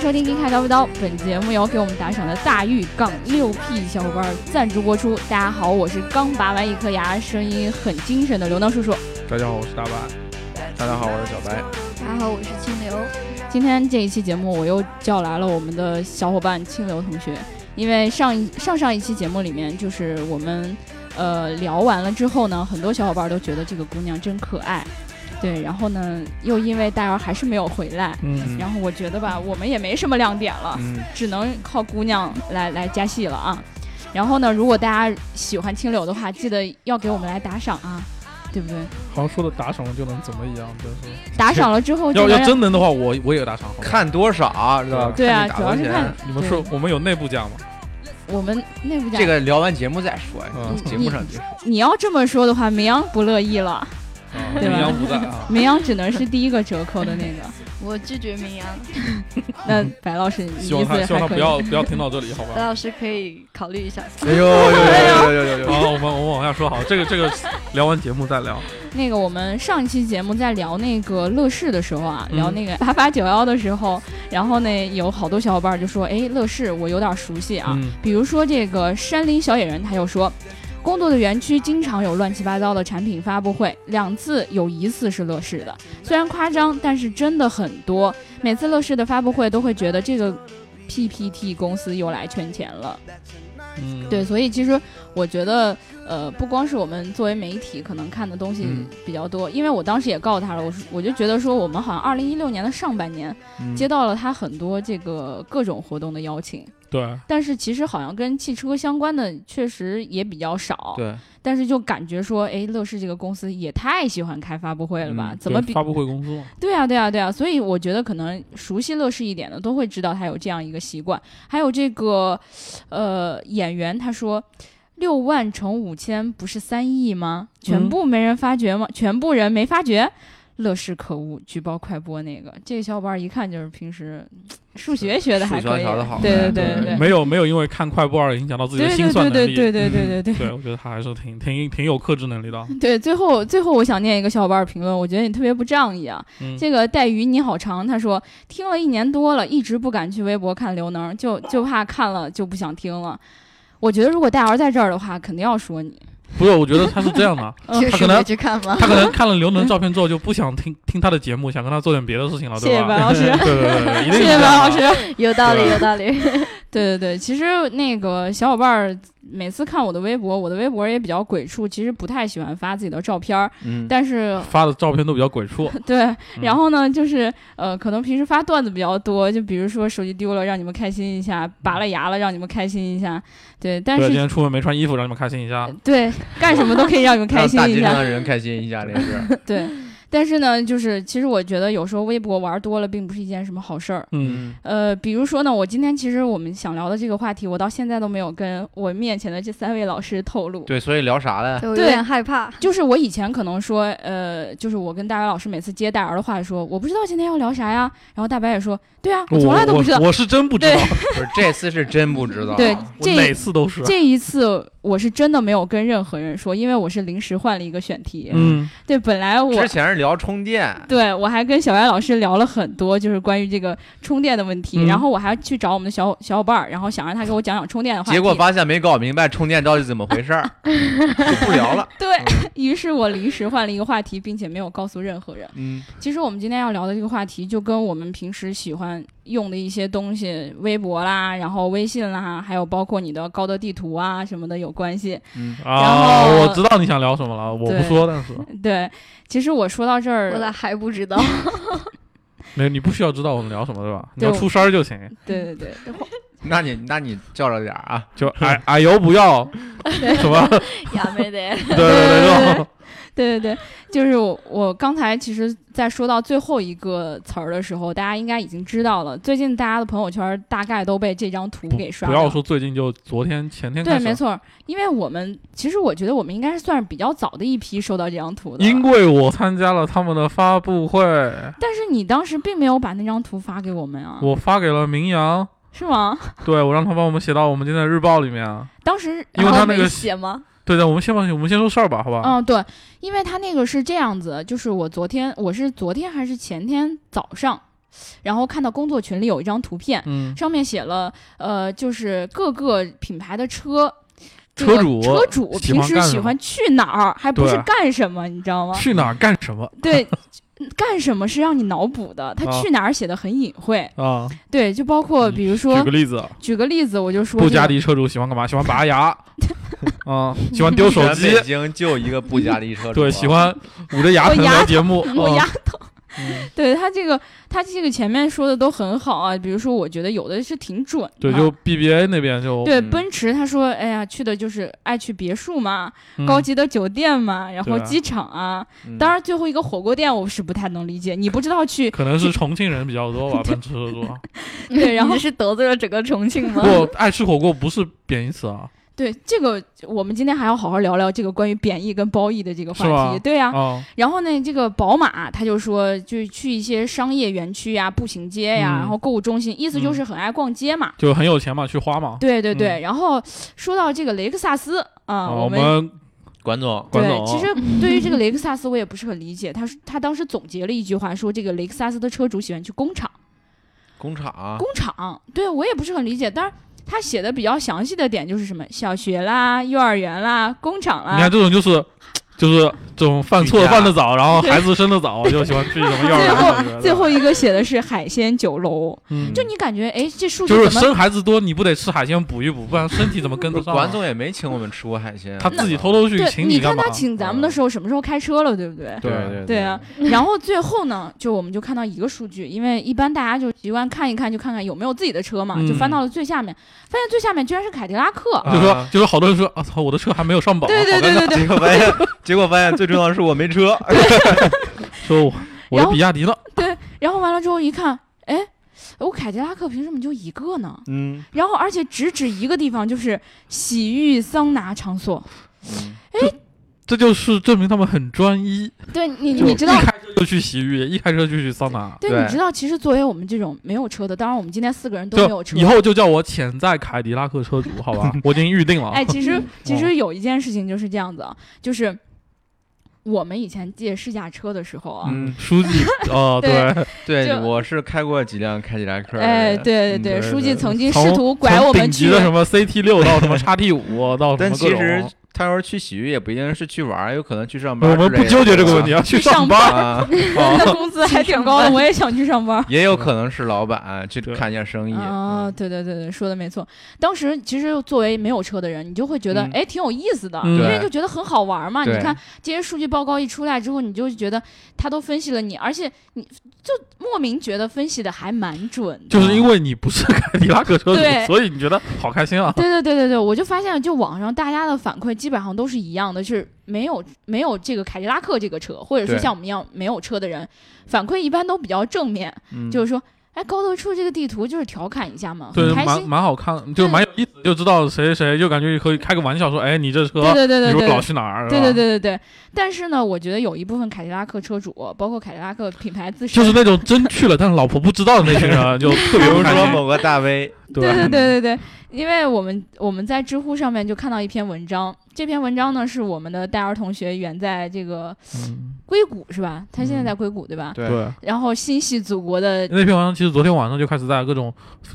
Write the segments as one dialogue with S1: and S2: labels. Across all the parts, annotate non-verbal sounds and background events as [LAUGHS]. S1: 收听《金看刀不刀》，本节目由给我们打赏的大玉杠六 P 小伙伴赞助播出。大家好，我是刚拔完一颗牙，声音很精神的刘能叔叔。
S2: 大家好，我是大白。大家好，我是小白。
S3: 大家好，我是清流。
S1: 今天这一期节目，我又叫来了我们的小伙伴清流同学，因为上一上上一期节目里面，就是我们呃聊完了之后呢，很多小伙伴都觉得这个姑娘真可爱，对，然后呢，又因为大姚还是没有回来，
S2: 嗯
S1: 然后我觉得吧，我们也没什么亮点了，
S2: 嗯，
S1: 只能靠姑娘来来加戏了啊。然后呢，如果大家喜欢清流的话，记得要给我们来打赏啊，对不对？
S2: 好像说的打赏就能怎么一样，就是
S1: 打赏了之后就
S2: 要
S1: 能
S2: 要
S1: 让
S2: 真能的话，我我也打赏。好吧，
S4: 看多少，知道吧？
S1: 对啊，
S4: 看
S1: 主
S4: 你打多
S1: 要是
S4: 少
S1: 看
S4: 钱。
S2: 你们说我们有内部价吗？
S1: 我们内部讲
S4: 这个聊完节目再说，
S2: 嗯
S4: 节目上就说
S1: 你要这么说的话，绵羊不乐意了，
S2: 啊，
S1: 对吧
S2: 阴阳不
S1: [LAUGHS]
S2: 在啊。
S1: 绵羊只能是第一个折扣的那
S2: [LAUGHS]
S1: 个。
S3: 我拒绝绵羊，
S1: 那白老师，你
S2: 希望
S1: 意
S2: 他
S1: 思
S2: 希望
S1: 还可
S2: 他不
S1: 以？
S2: 要不要听到这里，好
S3: 白
S2: 吧？
S3: 老师可以考虑一下。
S4: 哎呦呦呦呦哎
S1: 呃
S4: 呦！
S2: 好，我们我们往下说，好，这个这个聊完节目再聊。
S1: 那个我们上一期节目在聊那个乐视的时候啊，
S2: 嗯
S1: 聊那个八八九幺的时候，然后呢有好多小伙伴就说，哎，乐视我有点熟悉啊，
S2: 嗯
S1: 比如说这个山林小野人，他又说，工作的园区经常有乱七八糟的产品发布会，两次有一次是乐视的，虽然夸张，但是真的很多。每次乐视的发布会都会觉得这个 PPT 公司又来圈钱了。
S2: 嗯，
S1: 对，，所以其实我觉得，呃，不光是我们作为媒体可能看的东西
S2: 嗯
S1: 比较多，因为我当时也告诉他了，我说我就觉得说我们好像二零一六年的上半年
S2: 嗯
S1: 接到了他很多这个各种活动的邀请。
S2: 对
S1: 但是其实好像跟汽车相关的确实也比较少，
S2: 对，
S1: 但是就感觉说，哎，乐视这个公司也太喜欢开发布会了吧？
S2: 嗯
S1: 怎么
S2: 对
S1: 比
S2: 发布会公司嘛？
S1: 对啊，对啊，对啊，所以我觉得可能熟悉乐视一点的都会知道他有这样一个习惯。还有这个，呃，演员他说。六万乘五千不是三亿吗？全
S2: 嗯
S1: 部没人发觉吗？全部人没发觉，乐视可恶，举报快播那个。这个小伙伴一看就是平时数学学的
S4: 数
S1: 还
S4: 学
S1: 可以
S4: 学得好，
S1: 对对
S4: 嗯
S1: 对对对，
S2: 没有没有，因为看快播而影响到自己的心算能力。嗯
S1: 对对对对对对对对。
S2: 对，我觉得他还是挺挺挺有克制能力的。啊
S1: 对，最后最后我想念一个小伙伴评论，我觉得你特别不仗义啊。
S2: 嗯，
S1: 这个带鱼你好长，他说听了一年多了，一直不敢去微博看刘能，就就怕看了就不想听了。我觉得如果大姚在这儿的话，肯定要说你。
S2: 不是，我觉得他是这样的，啊
S1: 嗯
S3: 确
S2: 他
S3: 实
S2: 可能
S3: 没去看
S1: [LAUGHS]
S3: 吗？
S2: 他可能看了刘能照片之后就不想听听他的节目，想跟他做点别的事情了，
S1: 谢谢
S2: 对
S1: 白
S2: 吧？
S1: 老师，
S2: 对
S1: [LAUGHS]
S2: 对 [LAUGHS] 对，一定
S1: 谢
S2: 是
S1: 谢
S2: 这
S1: 白
S2: 样啊
S1: 老
S2: 的
S1: 师。
S3: 有道理，
S2: 对
S3: 有道理。
S1: 对对对，其实那个小伙伴儿每次看我的微博，我的微博也比较鬼畜，其实不太喜欢发自己的照片儿，
S4: 嗯，
S1: 但是
S2: 发的照片都比较鬼畜。
S1: [LAUGHS] 对，然后呢，就是呃，可能平时发段子比较多，就比如说手机丢了让你们开心一下，拔
S4: 嗯
S1: 了牙了让你们开心一下，对，但
S2: 对，今
S1: 是呃
S2: 天出门没穿衣服，让你们开心一下。
S1: 对干什么都可以让你们开
S4: [LAUGHS] 让
S1: 心
S4: 大
S1: 一
S4: 街上
S1: 下，
S4: 的人开心一下，这是。
S1: [LAUGHS] 对。但是呢，就是其实我觉得有时候微博玩多了并不是一件什么好事儿。
S2: 嗯，
S1: 呃，比如说呢，我今天其实我们想聊的这个话题，我到现在都没有跟我面前的这三位老师透露。
S4: 对，所以聊啥嘞？
S3: 对我有点害怕。
S1: 就是我以前可能说，呃，就是我跟大白老师每次接大姚的话说，我不知道今天要聊啥呀。然后大白也说，对啊，我
S2: 我
S1: 从来都不知道。
S2: 我我是真不知道，
S4: 不是这次是真不知道。
S1: 对，
S2: 我每
S1: 这
S2: 次都是。
S1: 这一次我是真的没有跟任何人说，因为我是临时换了一个选题。
S2: 嗯，
S1: 对，本来我
S4: 之前是聊充电，
S1: 对我还跟小白老师聊了很多，就是关于这个充电的问题。
S2: 嗯
S1: 然后我还去找我们的小小伙伴儿，然后想让他给我讲讲充电的话题。
S4: 结果发现没搞明白充电到底怎么回事
S1: [LAUGHS]
S4: 儿，嗯就不聊了。
S1: 对于是，我临时换了一个话题，并且没有告诉任何人。
S4: 嗯，
S1: 其实我们今天要聊的这个话题，就跟我们平时喜欢用的一些东西，微博啦，然后微信啦，还有包括你的高德地图啊什么的有关系。
S4: 嗯
S2: 啊，
S1: 嗯后
S2: 我知道你想聊什么了，我
S1: 对
S2: 不说，但是
S1: 对，其实我说到这儿，
S3: 我咋还不知道？
S2: 没有，你不需要知道我们聊什么，对吧？你
S1: 对
S2: 要出声儿就
S1: [LAUGHS]
S2: 行，
S1: 对对对，
S4: 那你那你叫着点儿啊。
S2: 就矮矮油不要 [LAUGHS] 什么，
S3: 呀，没得。
S2: 对对对，对
S1: 对对对， [LAUGHS] 就是我我刚才其实，在说到最后一个词儿的时候，大家应该已经知道了。最近大家的朋友圈大概都被这张图给
S2: 不
S1: 刷
S2: 不
S1: 掉了。
S2: 要说最近，就昨天前天
S1: 对，
S2: 开
S1: 没
S2: 始，
S1: 错，因为我们其实我觉得我们应该是算是比较早的一批收到这张图的了，
S2: 因为我参加了他们的发布会，
S1: 但是你当时并没有把那张图发给我们啊，
S2: 我发给了明阳，
S1: 是吗？
S2: 对我让他帮我们写到我们今天的日报里面。
S1: 当时啊
S2: 因为
S3: 然后
S2: 他那个
S3: 没写吗？
S2: 对对，我们先把我啊们先说事儿吧，好吧？
S1: 嗯，对，因为他那个是这样子，就是我昨天我是昨天还是前天早上然后看到工作群里有一张图片，
S2: 嗯，
S1: 上面写了呃，就是各个品牌的车。这
S2: 车
S1: 个
S2: 主
S1: 车主
S2: 喜
S1: 平
S2: 欢
S1: 时
S2: 干什
S1: 喜
S2: 么
S1: 欢去哪儿，还不
S2: 对啊
S1: 是干什么，你知道吗？ [LAUGHS]
S2: 去哪儿干什么
S1: 对，干什么是让你脑补的，他
S2: 啊
S1: 去哪儿写的很隐晦。
S2: 啊？
S1: 对，就包括
S2: 嗯
S1: 比如
S2: 举
S1: 说
S2: 个，例子啊，
S1: 举个例子，我就说
S2: 布
S1: 这
S2: 加
S1: 个
S2: 迪车主喜欢干嘛？喜欢
S1: [LAUGHS]
S2: 拔牙，啊，喜欢丢手
S4: 全
S2: [LAUGHS] 机
S4: 北，京就一个布加迪车主啊，
S2: 对，喜欢捂着牙
S1: 我
S2: 疼
S1: 牙
S2: 聊节目，
S1: 我
S2: 啊
S1: 牙疼。
S2: 嗯
S1: 对他这个，他这个前面说的都很好啊，比如说，我觉得有的是挺准的。
S2: [LAUGHS] 对，就 BBA 那边就
S1: 嗯对
S4: 嗯
S1: 奔驰，他说，哎呀，去的就是爱去别墅嘛，
S2: 嗯
S1: 高级的酒店嘛，然后
S2: 对啊
S1: 机场啊。
S4: 嗯。
S1: 当然，最后一个火锅店我是不太能理解，你不知道去
S2: 可能是重庆人比较多
S1: [LAUGHS]
S2: 吧，奔驰车主。
S1: 对然后
S3: 你是得罪了整个重庆吗
S2: 不？过爱吃火锅不是贬义词啊，
S1: 对这个，我们今天还要好好聊聊这个关于贬义跟褒义的这个
S2: 是
S1: 话
S2: 吗
S1: 题。对呀、
S2: 啊，
S1: 然后呢，这个宝马他就说，就是去一些商业园区呀、步行街呀、
S2: 嗯
S1: 然后购物中心，意思就是很爱逛街嘛。
S2: 就很有钱嘛，去花嘛。
S1: 对啊对对。
S2: 嗯
S1: 然后说到这个雷克萨斯啊、
S2: 啊，
S1: 我
S2: 我
S1: 们。
S2: 们
S4: 管总，
S2: 管
S1: 对，
S2: 总
S1: 其实对于这个雷克萨斯，我也不是很理解。他说他当时总结了一句话，说这个雷克萨斯的车主喜欢去工厂，
S4: 工
S2: 啊
S4: 厂
S1: 工厂。对我也不是很理解，但是他写的比较详细的点就是什么小学啦、幼儿园啦、工厂
S2: 你看
S1: 啦，
S2: 这种就是就是这种犯错
S4: 举家
S2: 犯的早，然后孩子生
S1: [LAUGHS]
S2: 的早，就喜欢去什么幼儿园我觉 [LAUGHS] 得。
S1: 最后一个写的是海鲜酒楼。
S2: 嗯，
S1: 就你感觉，哎，这数据
S2: 就是
S1: 怎么
S2: 生孩子多，你不得吃海鲜补一补，不然身体怎么跟
S4: 不
S2: 得
S4: 是
S2: 上啊？
S4: 管总也没请我们吃过海鲜啊，
S2: 他自己偷偷去
S1: 对，
S2: 请
S1: 你
S2: 干
S1: 看
S2: 嘛？哦
S1: 他请咱们的时候，什么时候开车了，对不对？
S4: 对
S2: 对
S4: 对
S1: 对啊，然后最后呢，就我们就看到一个数据，因为一般大家就习惯看一看，就看看有没有自己的车嘛，
S2: 嗯
S1: 就翻到了最下面，发现最下面居然是凯迪拉克。
S4: 啊
S2: 就说就说好多人说啊操，我的车还没有上榜，
S1: 对对对对对，
S4: 结果发现， [LAUGHS] 结果发现最重要的是我没车，
S2: 说我我
S1: 然
S2: 的
S1: 后
S2: 比亚迪呢？
S1: 然后完了之后一看，哎，我凯迪拉克凭什么就一个呢？
S4: 嗯，
S1: 然后而且只指一个地方，就是洗浴桑拿场所。
S4: 嗯
S2: 这就是证明他们很专一，
S1: 对你
S2: 就
S1: 你知道
S2: 一。开车就去洗浴，一开车就去桑
S1: [LAUGHS]
S2: 拿，
S1: 对，
S4: 对
S1: 你知道，其实作为我们这种没有车的，当然我们今天四个人都没有
S2: 就
S1: 车，
S2: 以后就叫我潜在凯迪拉克车主，好吧？我已经预定了。
S1: [LAUGHS]
S2: 啊
S1: 哎，其实其实有一件事情就是这样子啊，就是我们以前借试驾车的时候啊，
S2: 嗯，书记
S1: [LAUGHS]
S2: 哦，
S1: 对
S2: 对，
S4: 对，
S1: 就
S4: 我是开过几辆凯迪拉克的人，
S1: 哎，对对
S4: 嗯
S1: 对，
S2: 对
S1: 书
S2: 对
S1: 记
S2: 对
S1: 曾经
S2: 从
S1: 试图拐
S2: 从
S1: 我们
S2: 顶级
S1: 去
S2: 的什么 CT 六到什么
S1: [LAUGHS]
S2: XT 五到什
S4: 但
S2: 么
S4: 其
S2: 各
S4: 实
S2: 种，
S4: 他要是去洗浴，也不一定是去玩儿，有可能去上班
S2: 我
S4: 之类
S2: 们
S4: 的。
S2: 不纠结这个问题，啊，去
S1: 上
S2: 上
S1: 班
S2: 班。
S4: [LAUGHS] 啊，
S1: 他 [LAUGHS] 的工资还挺高的，
S3: 上班
S1: 我也想去上班。
S4: 也有可能是老板去
S2: 对
S4: 看一下生
S2: 嗯
S4: 意。
S1: 啊，对对对对，说的没错。当时其实作为没有车的人，你就会觉得
S4: 嗯
S1: 哎挺有意思的，
S2: 嗯
S1: 因为
S4: 对
S1: 就觉得很好玩嘛。你
S4: 对
S1: 看这些数据报告一出来之后，你就觉得他都分析了你，而且你就莫名觉得分析的还蛮准的。
S2: 就是因为你不是凯迪拉克车主
S1: 对，
S2: 所以你觉得好开心啊！
S1: 对对对对对，我就发现，就网上大家的反馈基本上都是一样的，是没有没有这个凯迪拉克这个车，或者说
S4: 对
S1: 像我们一样没有车的人，反馈一般都比较正面，
S4: 嗯
S1: 就是说，哎，高德处这个地图就是调侃一下嘛，
S2: 对
S1: 很，开
S2: 蛮
S1: 心。
S2: 蛮好看，就蛮有意思，就知道谁谁谁，就感觉可以开个玩笑说，哎，你这车，
S1: 对对对对
S2: 你
S1: 对
S2: 说老
S1: 对。
S2: 去哪儿？是
S1: 对
S2: 吧
S1: 对对，对对，但是呢，我觉得有一部分凯迪拉克车主，包括凯迪拉克品牌自身，
S2: 就是那种真去了，但是老婆不知道的那群人，啊就
S4: 比
S2: 特别
S4: 如
S2: 不开
S4: 说
S2: 心
S4: 某个大 V，
S1: [LAUGHS] 对对对对
S2: 嗯
S1: 对，因为我们我们在知乎上面就看到一篇文章，这篇文章呢是我们的戴尔同学远在这个
S2: 嗯
S1: 硅谷是吧？他现在
S2: 嗯
S1: 在硅谷对吧？
S4: 对
S2: 对。
S1: 然后心系祖国的，
S2: 那篇文章其实昨天晚上就开始在各种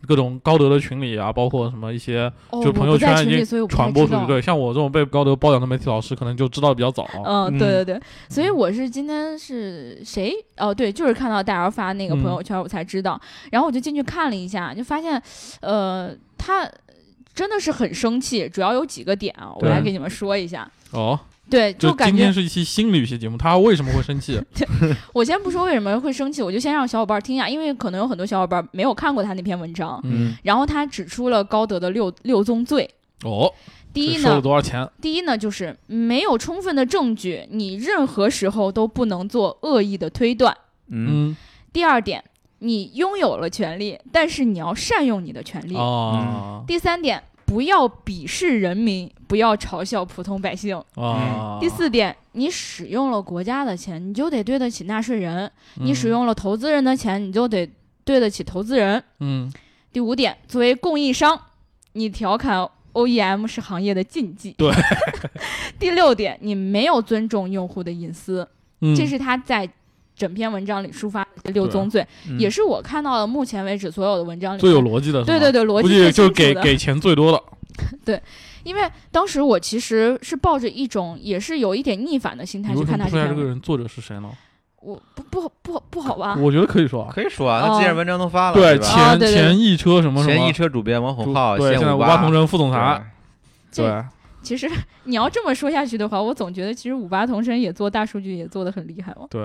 S2: 各种高德的群里啊，包括什么一些
S1: 哦，
S2: 就朋友
S1: 我
S2: 圈
S1: 不在群
S2: 已
S1: 里，
S2: 经
S1: 所以我不太哦
S2: 传播出
S1: 知
S2: 去。
S1: 道。
S2: 对，像我这种被高德包养的媒体老师，可能就知道的比较早。
S1: 嗯，
S2: 嗯
S1: 对对对，所以我是今天是谁？哦，对，就是看到戴尔发那个朋
S2: 嗯
S1: 友圈，我才知道。然后我就进去看了一下，就发现，呃，他真的是很生气，主要有几个点啊，我
S2: 对
S1: 来给你们说一下。
S2: 哦，
S1: 对，就
S2: 就
S1: 感
S2: 今
S1: 觉
S2: 天是一期心理学节目，他为什么会生气？
S1: 我先不说为什么会生气，我就先让小伙伴听一下，因为可能有很多小伙伴没有看过他那篇文章。
S2: 嗯，
S1: 然后他指出了高德的六六宗罪，
S2: 哦，
S1: 第一
S2: 这
S1: 呢
S2: 收了，多少钱？
S1: 第一呢，就是没有充分的证据，你任何时候都不能做恶意的推断。
S4: 嗯，
S2: 嗯，
S1: 第二点，你拥有了权利，但是你要善用你的权利。
S4: 嗯
S2: 啊
S1: 第三点，不要鄙视人民，不要嘲笑普通百姓。嗯
S2: 啊！
S1: 第四点，你使用了国家的钱，你就得对得起纳税人；
S2: 嗯，
S1: 你使用了投资人的钱，你就得对得起投资人。
S2: 嗯，
S1: 第五点，作为供应商，你调侃 OEM 是行业的禁忌。 [LAUGHS]
S2: 对。
S1: 第六点，你没有尊重用户的隐私，
S2: 嗯啊
S1: 这是他在整篇文章里抒发的六宗罪，也
S4: 是
S1: 是我看到的目前为止所有的文章里
S2: 嗯最有
S1: 面
S2: 逻辑的，
S1: 对对，对逻
S2: 估
S1: 辑最
S2: 计就
S1: 清楚
S2: 给
S1: 的
S2: 给钱最多的，
S1: 因为当时我其实是抱着一种也是有一点逆反的心态
S2: 你
S1: 去
S2: 为什
S1: 看
S2: 么
S1: 他
S2: 不
S1: 这
S2: 说一下
S1: 篇
S2: 这
S1: 文
S2: 个
S1: 章，
S2: 人作者是谁呢？
S1: 我不不好不好不好吧？
S2: 我觉得可以说啊，
S4: 可以说啊，那
S1: 哦
S4: 既然文章都发了，
S2: 对
S4: 对吧，
S1: 啊
S2: 前
S1: 对对对
S2: 前一车什么什
S4: 前
S2: 么
S4: 一，车主编王
S2: 主
S4: 洪浩，
S2: 对，现在
S4: 五
S2: 八同仁副总
S4: 对
S2: 裁，
S1: 这
S2: 对，啊
S1: 其实你要这么说下去的话，我总觉得其实五八同声也做大数据也做得很厉害哦，
S2: 对，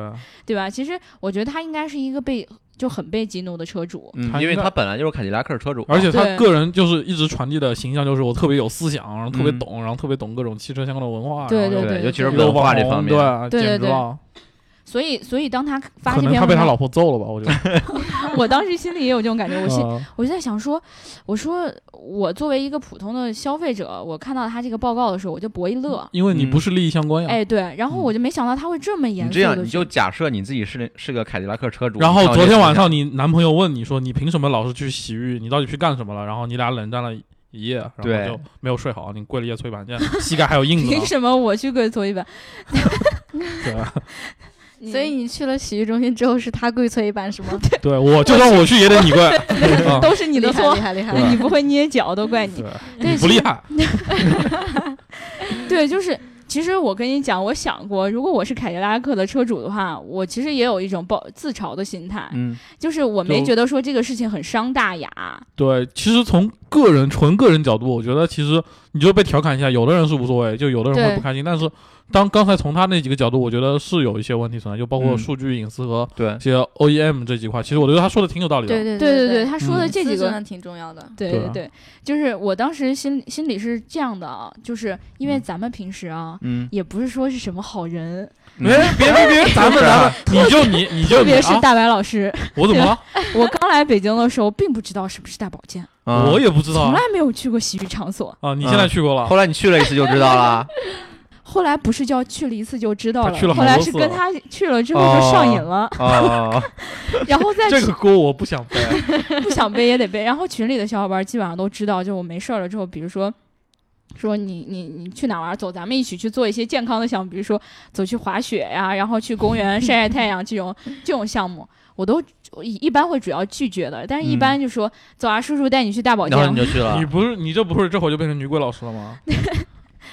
S1: 对吧？其实我觉得他应该是一个被就很被激怒的车主，
S4: 嗯
S2: 他，
S4: 因为
S2: 应该
S4: 他本来就是凯迪拉克车主，
S2: 而且他
S1: 对
S2: 个人就是一直传递的形象就是我特别有思想，然后特别
S4: 嗯
S2: 懂，然后特别懂各种汽车相关的文化，
S1: 对
S2: 然后
S1: 对
S4: 对，尤其是
S2: 又
S4: 文
S2: 网
S4: 化这
S2: 红
S4: 方面，
S2: 对，
S1: 对对
S2: 简直
S1: 对
S2: 了，
S1: 所以所以当他发
S2: 可
S1: 这
S2: 能
S1: 篇
S2: 他
S1: 文
S2: 被他
S1: 章，
S2: 老婆揍了吧，我觉得，
S1: 我当时心里也有这种感 [LAUGHS] 觉，我心
S2: 嗯
S1: 我就在想说，我说我作为一个普通的消费者，我看到他这个报告的时候，我就博一乐，
S2: 因为你
S4: 嗯
S2: 不是利益相关呀。
S1: 哎，对，然后我就没想到他会这么严
S4: 你
S1: 肃
S4: 这样
S1: 的
S4: 你就假设你自己是是个凯迪拉克车主，
S2: 然后
S4: 你看
S2: 昨
S4: 我这
S2: 天
S4: 个
S2: 晚
S4: 形
S2: 上你男朋友问你说你凭什么老是去洗浴？你到底去干什么了？然后你俩冷战了一夜，然后
S4: 对
S2: 就没有睡好，你跪了一夜搓衣板，现在膝盖还有印
S1: [LAUGHS]
S2: 子呢
S1: 凭。什么我去跪搓衣板？ [LAUGHS]
S2: 对，
S3: 所以你去了洗浴中心之后，是他跪搓衣板是吗？
S2: 对我就算我去也得你
S1: [LAUGHS]
S2: 跪。
S4: 哦
S2: 啊
S1: 都是你的错
S3: 厉，害厉害！厉
S2: 对
S3: 害
S1: 你不会捏脚都怪你。
S2: 对，
S1: 对
S2: 你不厉害，
S1: 对，就是其实我跟你讲，我想过，如果我是凯迪拉克的车主的话，我其实也有一种抱自嘲的心态，
S4: 嗯，
S1: 就是我没
S2: 就
S1: 觉得说这个事情很伤大雅。
S2: 对，其实从个人纯个人角度，我觉得其实你就被调侃一下，有的人是无所谓，就有的人会
S1: 对
S2: 不开心。但是当刚才从他那几个角度，我觉得是有一些问题存在，就包括
S4: 嗯
S2: 数据隐私和
S4: 对
S2: 一，些 OEM 这几块。其实我觉得他说的挺有道理的。
S3: 对
S1: 对
S3: 对
S1: 对，
S3: 对，
S1: 他说的
S2: 嗯
S1: 这几
S3: 真
S1: 个
S3: 的挺重要的。
S1: 对
S2: 对
S1: 对
S2: 啊
S1: 对，就是我当时心心里是这样的啊，就是因为咱们平时啊，
S4: 嗯，
S1: 也不是说是什么好人，
S2: 哎，别别别，
S1: [LAUGHS]
S2: 咱们咱们，你就你你就
S1: 啊特
S2: 你
S1: 别是
S2: 啊！
S1: 大白老师， [LAUGHS]
S2: 我怎么了？
S1: 我刚来北京的时候并不知道什么是大保健，
S4: 啊
S2: 我也不知道
S1: 从
S2: 啊
S1: 来没有去过洗浴场所，
S2: 啊！你现在去过
S4: [LAUGHS]
S2: 了
S4: 后，来你去了一次就知道
S2: [LAUGHS]
S4: 了，
S1: 后来不是叫去了一次就知道
S2: 他
S1: 了，
S2: 去了好
S1: 后来
S2: 多
S1: 是
S2: 次
S1: 跟
S2: 了
S1: 他去了之后就上瘾了，
S4: 哦，
S1: 然后再
S2: 这个锅我不想背。
S1: 不想背也得背。然后群里的小伙伴基本上都知道，就我没事儿了之后，比如说。说你你你去哪玩儿？走，咱们一起去做一些健康的项目，比如说走去滑雪呀、然后去公园晒晒太阳这种这种项目，我都我一一般会主要拒绝的。但是一
S4: 嗯
S1: 般就说、走啊，叔叔带你去大保
S4: 然后你
S1: 健。
S4: 就去了
S2: 你，不是你这不是这会儿就变成女鬼老师
S1: [LAUGHS]
S2: 了吗？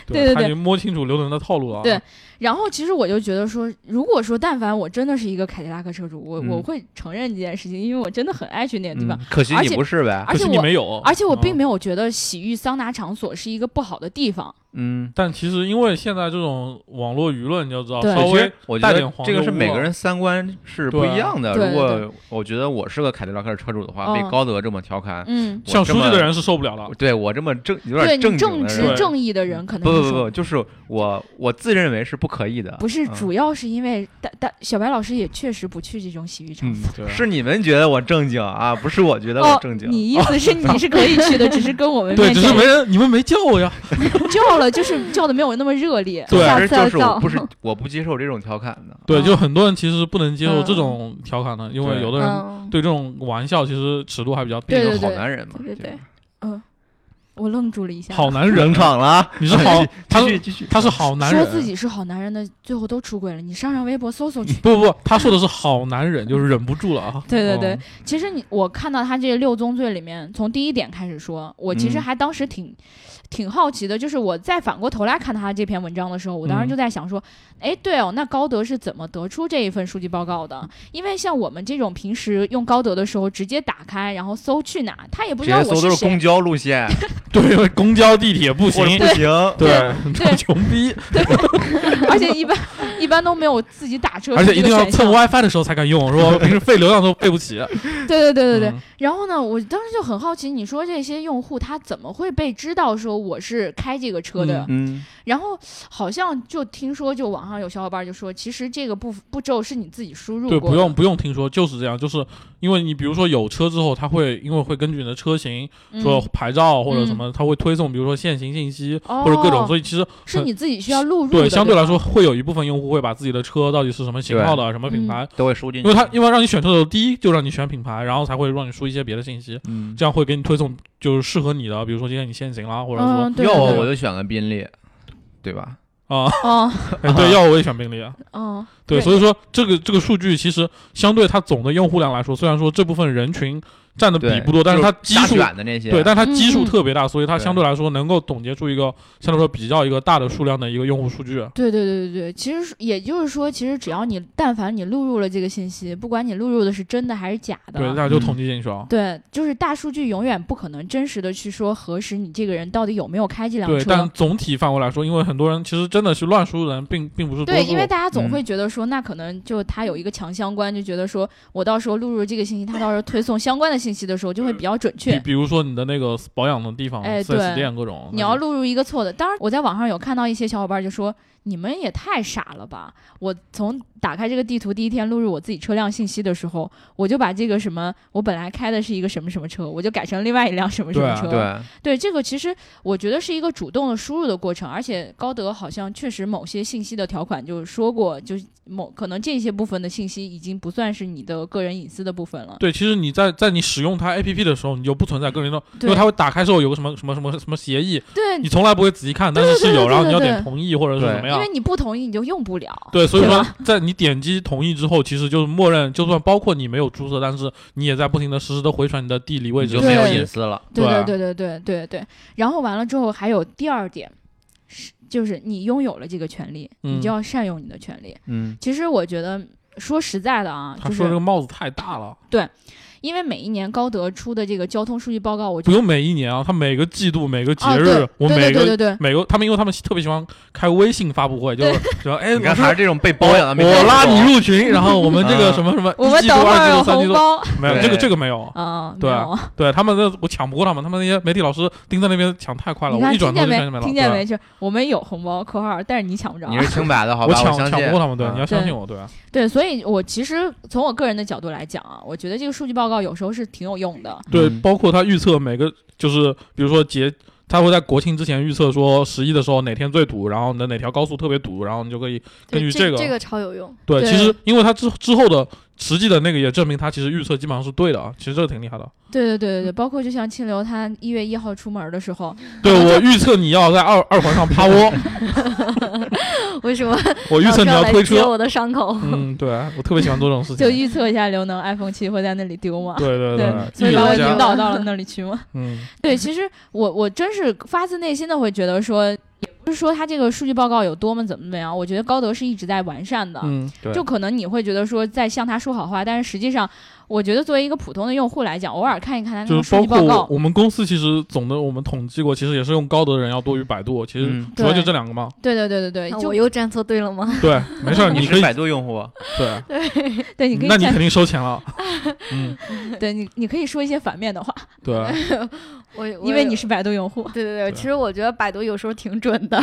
S1: 对对
S2: 他已
S1: 对
S2: 经摸清楚刘能的套路了啊。
S1: 对然后其实我就觉得说，如果说但凡我真的是一个凯迪拉克车主，我、我
S4: 嗯
S1: 会承认这件事情，因为我真的很爱去那个地方。
S4: 嗯可惜
S1: 而
S4: 你嗯
S1: 且
S4: 不是呗，
S1: 而
S2: 可
S1: 且
S2: 惜你
S1: 我
S2: 没有。
S1: 而且我并
S2: 啊
S1: 没有觉得洗浴桑拿场所是一个不好的地方。
S4: 嗯，
S2: 但其实因为现在这种网络舆论，你就知道，
S1: 对
S2: 稍
S4: 其
S2: 微
S4: 实我
S2: 带
S4: 觉
S2: 点
S4: 得
S2: 黄
S4: 这
S2: 就
S4: 个是
S2: 污
S4: 每
S2: 了
S4: 个人三观是不
S2: 对啊
S4: 一样的。
S1: 对
S4: 如
S1: 对
S4: 果我觉得我是个凯迪拉克车主的话，
S1: 嗯
S4: 被高德这么调侃，
S1: 嗯，
S4: 我
S2: 想
S4: 这
S2: 出去
S4: 么
S2: 的人是受不了了。
S4: 对我这么正有点
S1: 对你
S4: 正经
S1: 正
S4: 的
S1: 直
S4: 人，
S1: 正义的人可
S4: 嗯
S1: 能
S4: 不不
S1: 是
S4: 不
S1: 说
S4: 不，就是我我自认为是不可以的，
S1: 不是，
S4: 嗯
S1: 主要是因为大大小白老师也确实不去这种洗浴场
S4: 嗯
S1: 所。
S2: 对啊
S4: 是你们觉得我正经啊，不是我觉得我
S1: 哦
S4: 正，经。哦
S1: 你意思是你是可以去的，只是跟我们
S2: 对，
S1: 面
S2: 只
S1: 前
S2: 是没人，你们没叫我
S1: 嗯
S2: 呀。
S1: [LAUGHS] 叫了，就是叫的没有那么热烈。
S4: [LAUGHS]
S2: 对
S4: 但
S3: 下
S4: 是
S3: 次
S4: 就
S3: 要
S4: 是我
S3: 造
S4: 不是我不接受这种调侃的。
S2: 对，
S1: 嗯
S2: 就很多人其实不能接受
S3: 嗯
S2: 这种调侃的，因为
S4: 对
S2: 有的人
S3: 嗯，
S2: 对这种玩笑其实尺度还比较低
S1: [LAUGHS] 对。
S4: 这
S1: 对
S4: 个好
S1: 对
S4: 男人嘛，
S3: 对对对，
S1: 我愣住了一下，
S2: 好男人
S4: 冷，场了，
S2: 你是好，他
S4: [LAUGHS] 继
S2: 是
S4: 续继续，
S2: 他是好男
S1: 说
S2: 人。
S1: 自己是好男人的，最后都出轨了。你上上微博搜搜去。
S2: 不不不，他说的是好男人，就是忍不住了啊。
S1: [LAUGHS] 对对对
S2: 嗯，
S1: 其实你我看到他这六宗罪里面，从第一点开始说，我其实
S4: 嗯
S1: 还当时挺、挺好奇的，就是我再反过头来看他这篇文章的时候，我当时
S2: 嗯
S1: 就在想说，哎、对哦，那高德是怎么得出这一份数据报告的？因为像我们这种平时用高德的时候，直接打开然后搜去哪，他也不
S4: 直
S1: 知道
S4: 接
S1: 我
S4: 搜都是
S1: 谁
S4: 公。交路线，
S2: 对，因为公交地铁不行
S4: 我。不行。
S2: 对，
S1: 对
S2: [LAUGHS] 穷逼，
S1: 而且一般一般都没有自己打
S2: [LAUGHS]
S1: 车，
S2: 而且一定要蹭
S1: 蹭。
S2: WiFi 的时候才敢用，说
S4: [LAUGHS]
S2: 平时费流量都费不起。
S1: 对对对对对。
S2: 嗯
S1: 然后呢，我当时就很好奇，你说这些用户他怎么会被知道说我是开这个车的？
S2: 嗯
S4: 嗯，
S1: 然后好像就听说，就网上有小伙伴就说，其实这个步步骤是你自己输入过
S2: 对，
S1: 的，
S2: 不用不用听说，就是这样，就是因为你比如说有车之后，它会因为会根据你的车型，
S1: 嗯
S2: 说牌照或者什么，它会推送比如说限行信息
S1: 哦
S2: 或者各种，所以其实
S1: 是你自己需要录入的。
S2: 对相对
S1: 吧
S2: 来说，会有一部分用户会把自己的车到底是什么型号的、什么品牌，
S4: 都会输进
S2: 因
S4: 去。
S2: 为它因为让你选车的时候，第一就让你选品牌，然后才会让你输一些别的信息，
S4: 嗯，
S2: 这样会给你推送就是适合你的，比如说今天你限行啦，或者说
S1: 嗯，对
S4: 要
S1: 对
S4: 我
S1: 对
S4: 我就选个宾利，对吧？
S2: 啊，
S3: 哦
S4: [LAUGHS]
S2: 哎对，要我也选宾利啊。
S3: 哦，
S2: 对，
S1: 对
S2: 所以说这个这个数据其实相对它总的用户量来说，虽然说这部分人群占的比
S4: 对，
S2: 不多，但是它
S4: 就
S2: 基
S4: 瞎
S2: 数
S4: 选的那些，
S2: 对，但它
S3: 嗯
S2: 基数
S3: 嗯
S2: 特别大，所以它
S4: 对
S2: 相对来说能够总结出一个相对来说比较一个大的数量的一个用户数据。
S1: 对对对对对，其实是也就是说，其实只要你但凡你录入了这个信息，不管你录入的是真的还是假的，
S2: 对，大家就
S4: 嗯
S2: 统计进去啊。
S1: 对就是大数据永远不可能真实的去说核实你这个人到底有没有开这辆
S2: 对，但
S1: 车。
S2: 总体范围来说，因为很多人其实真的是乱输的人，并并不是多
S1: 对，
S2: 数
S1: 因。为大家
S4: 嗯
S1: 总会觉得说，那可能就他有一个强相关，就觉得说我到时候录入这个信息，他到时候推送相关的信息的时候就会比较准
S2: 比
S1: 确。
S2: 比如说你的那个保养的地方、
S1: 哎
S2: 四 S
S1: 对
S2: 店各种，
S1: 你要录入一个错的，当然我在网上有看到一些小伙伴就说，你们也太傻了吧！我从打开这个地图第一天录入我自己车辆信息的时候，我就把这个什么，我本来开的是一个什么什么车，我就改成另外一辆什么什
S2: 对
S1: 么
S2: 啊
S1: 车。
S4: 对，
S1: 对这个，其实我觉得是一个主动的输入的过程，而且高德好像确实某些信息的条款就是说过，就是某可能这些部分的信息已经不算是你的个人隐私的部分了。
S2: 对，其实你在在你使用它 APP 的时候，你就不存在个人的，因
S1: 对
S2: 为它会打开之后有个什么什么什么什么协议，
S1: 对，
S2: 你从来不会仔细看，但是是
S1: 对对
S2: 有，
S1: 对
S2: 然后你要
S1: 对
S2: 点同意或者是
S4: 对
S2: 怎么
S1: 因
S2: 样
S1: 为。你不同意你就用不了。
S2: 对，所以
S1: 对
S2: 说，在你点击同意之后，其实就是默认，就算包括你没有注册，但是你也在不停的实时的回传你的地理位
S4: 你
S2: 置
S4: 就
S2: 和
S4: 没
S2: 信息，
S4: 有
S1: 对
S4: 隐私了。
S1: 对
S2: 对啊
S1: 对对对对对对。然后完了之后，还有第二点是，就是你拥有了这个权利，你就
S2: 嗯
S1: 要善用你的权利。
S4: 嗯，
S1: 其实我觉得说实在的啊，
S2: 他
S1: 就
S2: 说这
S1: 是
S2: 个帽子太大了，
S1: 因为每一年高德出的这个交通数据报告，我觉
S2: 不
S1: 得
S2: 用每一年啊，他每个季度、每个节
S1: 啊，
S2: 日，
S1: 对
S2: 我
S1: 对
S2: 每
S1: 对
S2: 个
S1: 对对对，
S2: 每个他们，因为他们特别喜欢开微信发布会，就是主要哎，
S4: 你看
S2: 老
S4: 还
S2: 师
S4: 是这种被包养的啊没见
S2: 我
S4: 过，
S2: 拉你入群，然后我们这个
S4: 嗯
S2: 什么什
S1: [LAUGHS]
S2: 么，
S1: 我
S2: 一
S1: 们
S2: 季
S1: 等
S2: 度、
S1: 会
S2: 二
S1: 儿
S2: 季
S1: 有
S2: 度、三季
S1: 红
S2: 度，
S1: 包
S2: 没有
S4: 对
S2: 这个这个没有。
S1: 啊，
S2: 对
S1: 没
S2: 啊
S1: 有啊。
S2: 对他们那我抢不过他们，他们那些媒体老师盯在那边抢太快了，
S1: 你
S2: 我
S1: 看
S2: 一转
S1: 听
S2: 头就
S1: 见
S2: 看见
S1: 没？
S2: 了。
S1: 听见
S2: 对啊
S1: 没？就是我们有红包（括号），但是你抢不着。
S4: 你是清白的，好
S2: 我
S4: 吧？
S2: 抢
S4: 相
S2: 抢
S4: 信
S2: 不过他们，对，
S4: 嗯
S2: 你要相
S1: 对
S2: 信我，对啊。
S1: 对，所以我其实从我个人的角度来讲啊，我觉得这个数据报告有时候是挺有用的。
S2: 对，
S4: 嗯
S2: 包括他预测每个就是比如说节，他会在国庆之前预测说十一的时候哪天最堵，然后你的哪条高速特别堵，然后你就可以根
S3: 对
S2: 据
S3: 这
S2: 个。
S3: 这个超有用。
S2: 对，
S1: 对
S2: 其实因为他之之后的实际的那个也证明他其实预测基本上是对的啊，其实这个挺厉害的。
S1: 对对对对对，包括就像清流他一月一号出门的时候，
S2: [LAUGHS] 对我预测你要在二二
S1: [LAUGHS]
S2: 环上趴窝，
S3: 为什么
S2: 我预
S3: 老
S2: 测
S3: 是
S2: 你
S3: 要来
S2: 推
S3: 接
S2: 车。
S3: 我的伤口？
S2: 嗯，对，我特别喜欢做这种事情。
S1: 就
S2: 对
S1: 预测一下刘能 iPhone 七会在那里丢吗？
S2: 对
S1: 所以
S2: 预
S1: 把我
S2: 言
S1: 引
S2: 家，
S1: 导到了那里去吗？ [LAUGHS]
S2: 嗯，
S1: 对，其实我我真是发自内心的会觉得说，也不是说他这个数据报告有多么怎么怎么样，我觉得高德是一直在完善的。
S2: 嗯，
S4: 对
S1: 就可能你会觉得说在向他说好话，但是实际上，我觉得作为一个普通的用户来讲，偶尔看一看他那
S2: 就
S1: 个
S2: 是
S1: 数
S2: 包
S1: 据报
S2: 括
S1: 告，
S2: 我们公司其实总的我们统计过，其实也是用高德的人要多于百度，其实
S4: 嗯
S2: 主要就
S1: 对
S2: 这两个嘛。
S1: 对对对对对，
S3: 那我
S1: 就
S3: 又站错队了吗？
S2: 对，
S4: [LAUGHS]
S2: 没事儿，
S4: 你
S2: 你可
S4: 是
S2: 以
S4: 百度用户，
S2: 对，
S1: 对，你可
S2: 那
S1: 以
S2: 你
S1: 在
S2: 肯定收
S1: [LAUGHS]
S2: 钱了。嗯，
S1: 对你你可以说一些反面
S3: [LAUGHS]
S1: 的话，
S2: 对，
S3: 我
S1: 因为你是。百度用户
S2: [LAUGHS]
S3: 我。对对
S2: 对
S3: 对，其实我觉得百度有时候挺准的。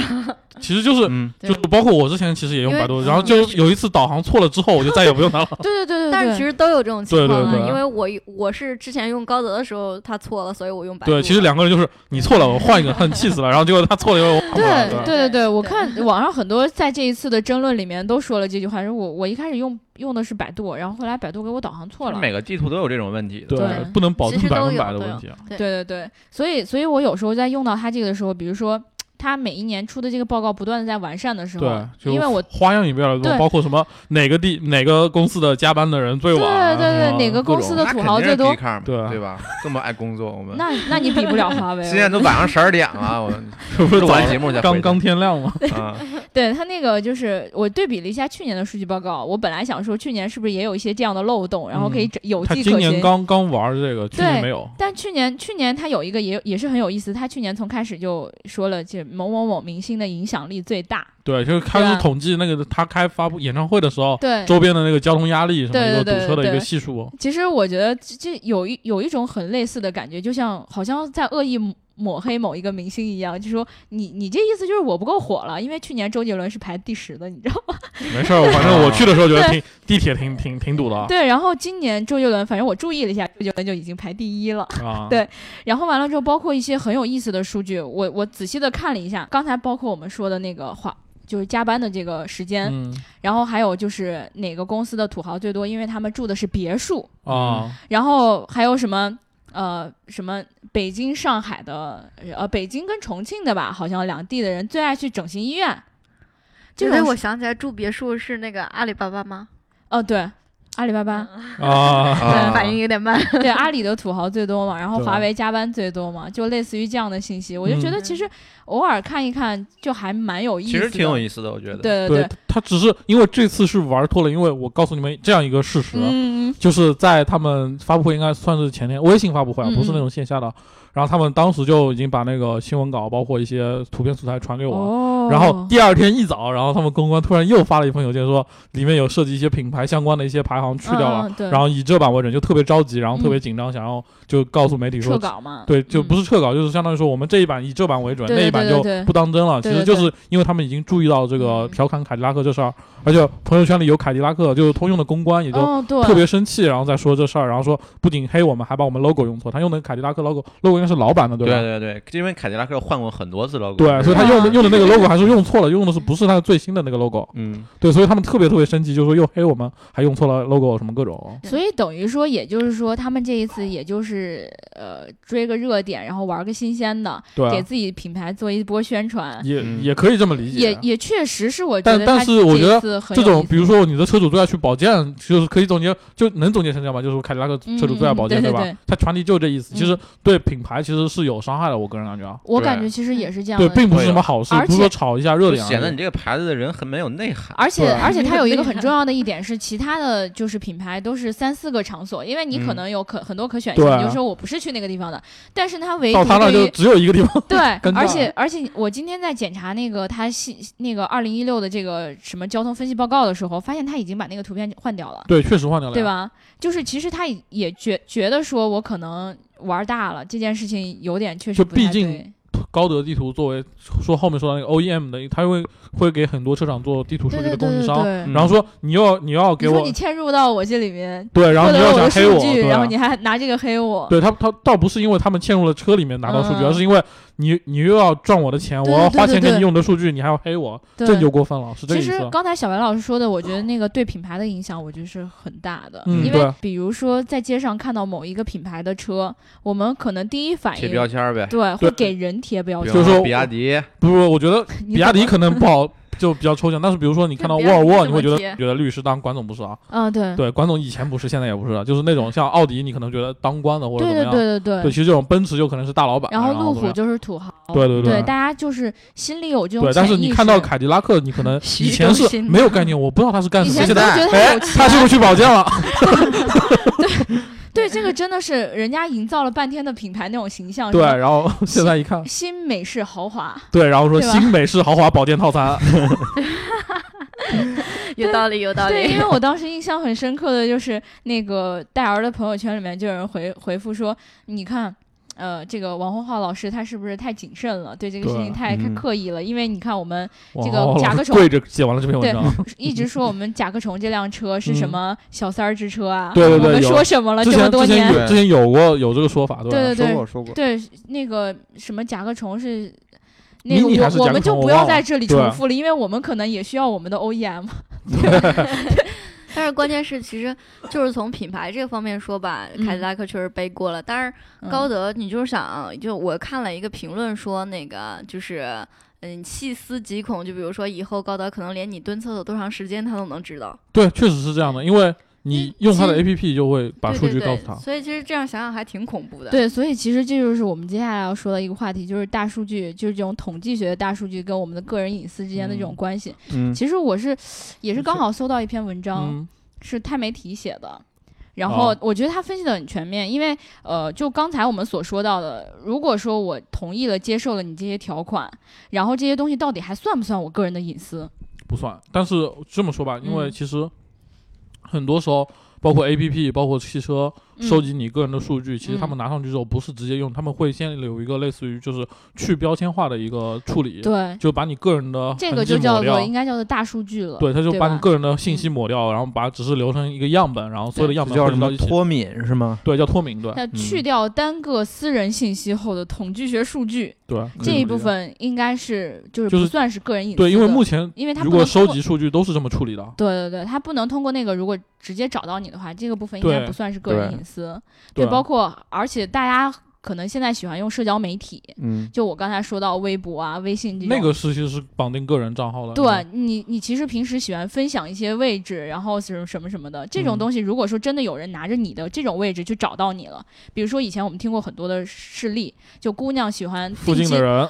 S2: 其
S1: [LAUGHS]
S2: 实就是
S4: 嗯，
S2: 就包括我之前其实也用
S3: 因为
S2: 百度，
S3: 嗯
S2: 然后就有一次导航错了之后，我就再也不用它
S1: [LAUGHS]
S2: 了。
S1: 对对对对
S3: [LAUGHS] 但是其实都有这种情
S2: 对对
S3: 况啊，
S2: 对
S3: 因为我我是之前用高德的时候它错了，所以我用百度
S2: 对，
S3: 了。
S2: 其实两个人就是你错了，我换一个，恨气死了。然后结果他错了以后，我换不了
S1: 对
S2: 了
S1: 对对对，我
S3: 对
S1: 看网上很多在这一次的争论里面都说了这句话，说我我一开始用用的是百度，然后后来百度给我导航错了。
S4: 每个地图都有这种问题的。
S2: 对
S1: 对
S2: 不能保证
S3: 其实
S2: 百
S3: 都
S2: 分
S3: 有
S2: 百的
S3: 都有
S2: 问题啊。
S1: 对对对，所以所以我有时候在用到它这个的时候，比如说它每一年出的这个报告不断的在完善的时候
S2: 对，，就
S1: 因为我
S2: 花样也越来越多，
S1: 对
S2: 包括什么哪个地哪个公司的加班的人最
S1: 对
S2: 晚啊，
S1: 对对
S2: 什么
S1: 哪个
S2: 各
S1: 公司
S2: 种
S1: 的
S4: 那
S1: 土
S4: 肯
S1: 豪
S4: 定
S1: 最
S4: 是
S1: 多
S4: P，卡嘛
S2: 对啊
S4: 对吧？这么爱工作，我们
S1: 那那你比不了
S4: [LAUGHS]
S1: 华为
S4: 现。在都晚上十二点
S1: [LAUGHS]
S4: 了，我们
S2: 这不是
S4: 录完
S2: 早
S4: 节目再
S2: 刚
S4: 回去
S2: 刚天亮吗？
S4: 啊，
S1: 对它那个就是我对比了一下去年的数据报告，我本来想说去年是不是也有一些这样的漏洞，然后可以
S2: 嗯
S1: 整有
S2: 他
S1: 迹
S2: 今
S1: 可
S2: 年
S1: 循。
S2: 刚刚玩这个，去年
S1: 对
S2: 没有。
S1: 但去年去年他有一个也也是很有意思，他去年从开始就说了，这某某某明星的影响力最大。
S2: 对，就是开
S1: 对
S2: 始
S1: 啊
S2: 统计那个他开发布演唱会的时候，
S1: 对，
S2: 周边的那个交通压力什么
S1: 对
S2: 一
S1: 对
S2: 个
S1: 对
S2: 堵车的一个
S1: 对
S2: 系数。
S1: 其实我觉得这这有一有一种很类似的感觉，就像好像在恶意抹抹黑某一个明星一样，就说你你这意思就是我不够火了，因为去年周杰伦是排第十的，你知道吗？
S2: 没事儿，反正我去的时候觉得
S1: 对
S2: 挺地铁挺挺挺堵的啊。
S1: 对，然后今年周杰伦，反正我注意了一下，周杰伦就已经排第一了。
S2: 啊，
S1: 对然后完了之后，包括一些很有意思的数据，我我仔细的看了一下，刚才包括我们说的那个话。就是加班的这个时间，
S2: 嗯
S1: 然后还有就是哪个公司的土豪最多，因为他们住的是别墅，
S2: 啊，
S1: 然后还有什么呃什么北京、上海的呃北京跟重庆的吧，好像两地的人最爱去整形医院。这
S3: 个
S1: 种
S3: 我想起来住别墅是那个阿里巴巴吗？
S1: 哦对，阿里巴巴，
S2: 啊，
S4: 啊
S3: 反应有点慢。
S1: [LAUGHS]
S2: [LAUGHS]
S1: 对阿里的土豪最多嘛，然后
S2: 对啊
S1: 华为加班最多嘛，就类似于这样的信息，我就觉得
S3: 嗯
S1: 其实偶尔看一看就还蛮有意
S4: 其
S1: 思的，
S4: 实挺有意思的，我觉得。，
S1: 对
S2: 对
S1: 对，
S2: 他只是因为这次是玩脱了，因为我告诉你们这样一个事实，啊
S1: 嗯，嗯
S2: 就是在他们发布会应该算是前天微信发布会啊，
S1: 嗯嗯
S2: 不是那种线下的。然后他们当时就已经把那个新闻稿，包括一些图片素材传给我。
S1: 哦，
S2: 然后第二天一早，然后他们公关突然又发了一封邮件说，里面有涉及一些品牌相关的一些排行去掉
S1: 嗯
S2: 了，
S1: 嗯对
S2: 然后以这版为准，就特别着急，然后特别
S1: 嗯
S2: 紧张，想要就告诉媒体
S1: 撤
S2: 说
S1: 稿嘛，
S2: 对，就
S1: 嗯
S2: 不是撤稿，就是相当于说我们这一版以这版为准，
S1: 对
S2: 那一版就
S1: 对对对
S2: 不当真了。
S1: 对对
S2: 其实就是因为他们已经注意到这个
S1: 嗯
S2: 调侃凯迪拉克这事儿，而且朋友圈里有凯迪拉克，就是通用的公关也就
S1: 哦对，
S2: 特别生气，然后再说这事儿，然后说不仅黑我们，还把我们 logo 用错，他用的凯迪拉克 logo，logo 应该是老版的
S4: 对
S2: 吧？
S4: 对对，因为凯迪拉克换过很多次 logo。
S2: 对，所以他
S1: 啊
S2: 用的用的那个 logo 还是用错了，用的是不是他最新的那个 logo？
S4: [LAUGHS] 嗯，
S2: 对，所以他们特别特别生气，就说又黑我们，还用错了 logo 什么各种。
S1: 所以等于说，也就是说，他们这一次也就是呃追个热点，然后玩个新鲜的，
S2: 对啊，
S1: 给自己品牌做一波宣传，
S2: 也
S4: 嗯
S2: 也可以这么理解。
S1: 也也确实是我觉得
S2: 但但
S1: 他
S2: 是我觉得
S1: 这次很
S2: 这
S1: 有
S2: 种
S1: 意思
S2: 比如说你的车主最爱去保健，就是可以总结，就能总结成这样吧，就是凯迪拉克车主最爱保健，
S1: 嗯嗯嗯对对
S2: 吧
S1: 对？
S2: 它传递就这意思，
S1: 嗯
S2: 其实对品牌其实是有伤害的，我个人感觉啊，
S1: 我
S4: 对
S1: 感觉其实也是这样
S2: 对，
S1: 的，
S2: 并不是什么好事
S1: 嗯而，且
S2: 不是说炒一下热
S4: 就
S2: 点啊而已，
S4: 显得你这个牌子的人很没有内涵。
S1: 而且
S2: 对
S1: 而且它有一个
S3: 对
S1: 很重要的一点是，其他的就是品牌都是三四个场所，因为你可
S4: 嗯
S1: 能有可、很多可选性，
S2: 对啊
S1: 你就说我不是去那个地方的，但是它唯独
S2: 到他那
S1: 对
S2: 就
S1: 于
S2: 只有一个地方，
S1: 对，
S2: 跟啊
S1: 而
S2: 到
S1: 且而且我今天在检查那个它系那个二零一六的这个什么交通分析报告的时候，发现它已经把那个图片换掉了。
S2: 对，啊确实换掉了，
S1: 对？吧？就是其实他也也觉觉得说，我可能玩大了，这件事情有点确实
S2: 就
S1: 不太
S2: 毕竟
S1: 对
S2: 高德地图作为说后面说到那个 OEM 的，它会会给很多车厂做地图数
S1: 对
S2: 据的
S1: 对
S2: 供
S1: 对
S2: 应
S1: 对
S2: 商，
S1: 对。
S2: 然后说你要你要
S1: 你
S2: 给
S1: 说
S2: 我
S1: 你嵌入到我这里面，
S2: 对，然后
S1: 获
S2: 你
S1: 得
S2: 要
S1: 了我
S2: 想
S1: 的
S2: 黑
S1: 数
S2: 我，
S1: 据，
S2: 对
S1: 然
S2: 啊
S1: 后你还拿这个黑我，
S2: 对他，他倒不是因为他们嵌入了车里面拿到数据，
S1: 嗯
S2: 而是因为你你又要赚我的钱，
S1: 对
S2: 我要花钱
S1: 对
S2: 给
S1: 对
S2: 你
S1: 对
S2: 用的数据，你还要黑我，
S1: 对
S2: 这你就过分了，是这个
S1: 其
S2: 意
S1: 实
S2: 思。
S1: 刚才小白老师说的，我觉得那个对品牌的影响，我觉得是很大的。
S2: 嗯
S1: 因
S2: 对
S1: 为比如说在街上看到某一个品牌的车，我们可能第一反
S4: 贴
S1: 应
S4: 标签啊儿呗，
S1: 对
S2: 对
S1: 会给人贴标
S4: 比
S1: 签
S2: 就
S4: 方，
S2: 是说
S4: 说比亚迪，
S2: 不不，我觉得
S1: 你
S2: 比亚
S1: 怎
S2: 迪
S1: 么
S2: 可能
S1: [LAUGHS]
S2: 不好，就比较抽象。但是比如说你看到
S3: 就
S2: 沃
S3: 比亚迪
S2: 尔沃，
S3: 这
S2: 你
S3: 么
S2: 会觉得
S3: 贴
S2: 觉得律师当管总不
S1: [LAUGHS]
S2: 是啊？
S1: 啊，对
S2: 对，管总以前不是，现在也不是了，就是那种像奥迪，你可能觉得当官的或者
S1: 对
S2: 怎么
S1: 对
S2: 样。
S1: 对对
S2: 对，其实这种奔驰有可能是大老板，啊
S1: 然
S2: 然
S1: 后路
S2: 怎么
S1: 虎
S2: 样
S1: 就是土豪，
S2: 对对
S1: 对，
S2: 对
S1: 大家就是心里有这种
S2: 对，
S1: 潜
S2: 但
S1: 意识。
S2: 是你看到凯迪拉克，你可
S1: [LAUGHS]
S2: 能
S3: 洗浴
S2: 以前
S3: 中
S2: 是
S3: 心
S2: 没有概念，我不知道他是干
S1: 以
S2: 什么
S1: 前
S2: 的，
S1: 都
S2: 现
S1: 觉
S2: 在
S1: 得他
S2: 哎
S1: 有，钱，
S2: 他是不是去保健了？
S1: [LAUGHS] 对这个真的是人家营造了半天的品牌那种形象，
S2: 对，
S1: 什么 [LAUGHS]
S2: 然后现在一看，
S1: 新美式豪华，
S2: 对，然后说
S1: 对吧
S2: 新美式豪华保健套餐，
S3: [LAUGHS] 有道理，有道
S1: 对，
S3: 理
S1: 因。为我当时印象很深刻的就是那个戴尔的朋友圈里面就有人回回复说，你看。呃，这个王红浩老师他是不是太谨慎了？对这个事情
S2: 对
S1: 太太
S4: 嗯
S1: 刻意了，因为你看我们
S2: 哇哦
S1: 这个
S2: 老
S1: 甲
S2: 师
S1: 壳虫
S2: 跪着写完了这篇文章，
S1: 一直说我们甲壳虫这辆车是什
S2: 嗯
S1: 么小三儿之车啊？
S2: 对对对
S1: 我们
S2: 有
S1: 说什么了
S2: 之
S1: 这么
S2: 前
S1: 多
S2: 之前
S1: 年？
S2: 有之前有过有这个说法，对吧？
S1: 对对对
S4: 说过，
S1: 对，那个什么甲壳虫是。那个
S2: 迷你还是
S1: 我我
S2: 甲壳
S1: 们就
S2: 虫
S1: 不
S2: 我忘
S1: 要
S2: 了
S1: 在这里
S2: 对啊
S1: 重复了，因为我们可能也需要我们的 E OEM。
S3: [LAUGHS] 但是关键是，其实就是从品牌这个方面说吧，
S1: 嗯
S3: 凯迪拉克确实背锅了。但是高德，你就是想，就我看了一个评论说，那个就是。嗯，细思极恐。就比如说，以后高德可能连你蹲厕所多长时间，他都能知道。
S2: 对，确实是这样的，因为你
S1: 嗯
S2: 用它的 APP 就会把
S3: 对
S2: 数
S3: 对
S2: 据
S3: 对
S2: 告诉他。
S3: 所以其实这样想想还挺恐怖的。 [LAUGHS]
S1: 对，所以其实这就是我们接下来要说的一个话题，就是大数据，就是这种统计学的大数据跟我们的个人隐私之间的这种
S2: 嗯
S1: 关系。
S4: 嗯，
S1: 其实我是也是刚好搜到一篇文章，
S2: 嗯，
S1: 是钛媒体写的。然后
S2: 哦
S1: 我觉得他分析的很全面，因为呃，就刚才我们所说到的，如果说我同意了、接受了你这些条款，然后这些东西到底还算不算我个人的隐私？
S2: 不算。但是这么说吧，因为
S1: 嗯
S2: 其实很多时候，包括 APP，包括汽车
S1: 嗯
S2: 收集你个人的数据，其实他
S1: 嗯
S2: 们拿上去之后不是直接用，他们会先有一个类似于就是去标签化的一个处理，
S1: 对，
S2: 就把你个人的
S1: 这
S2: 痕
S1: 个
S2: 迹
S1: 就叫
S2: 抹掉
S1: 做应该叫做大数据了。
S2: 对，他就把
S1: 吧嗯
S2: 你个人的信息抹掉，然后把只是留成一个样本，然后所有的样
S4: 这
S2: 本
S4: 叫
S2: 汇
S4: 什
S2: 集到
S4: 么
S2: 一起。
S4: 脱敏是吗？
S2: 对，叫脱敏，对
S1: 那去掉单个私人信息后的统计学数据
S2: 对，
S1: 这一
S2: 嗯
S1: 部分，应该是就是
S2: 就是
S1: 不算是个人隐私的。
S2: 对，因为目前
S1: 因为它
S2: 如
S1: 不
S2: 果
S1: 能通
S2: 收
S1: 过
S2: 集数据都是这么处理的，
S1: 对对对，它不能通过那个，如果直接找到你的话，这个部分应该
S2: 对
S1: 不算是个人
S4: 对
S1: 隐私。
S2: 对啊
S1: 包括而且大家可能现在喜欢用社交媒体，
S2: 嗯，
S1: 就我刚才说到微博啊、微信这种。
S2: 那个嗯是其实是绑定个人账号了。
S1: 对你，你其实平时喜欢分享一些位置，然后是什么什么的这种
S2: 嗯
S1: 东西。如果说真的有人拿着你的这种位置去找到你了，比如说以前我们听过很多的事例，就姑娘喜欢
S2: 附
S1: 定
S2: 近
S1: 期
S2: 的人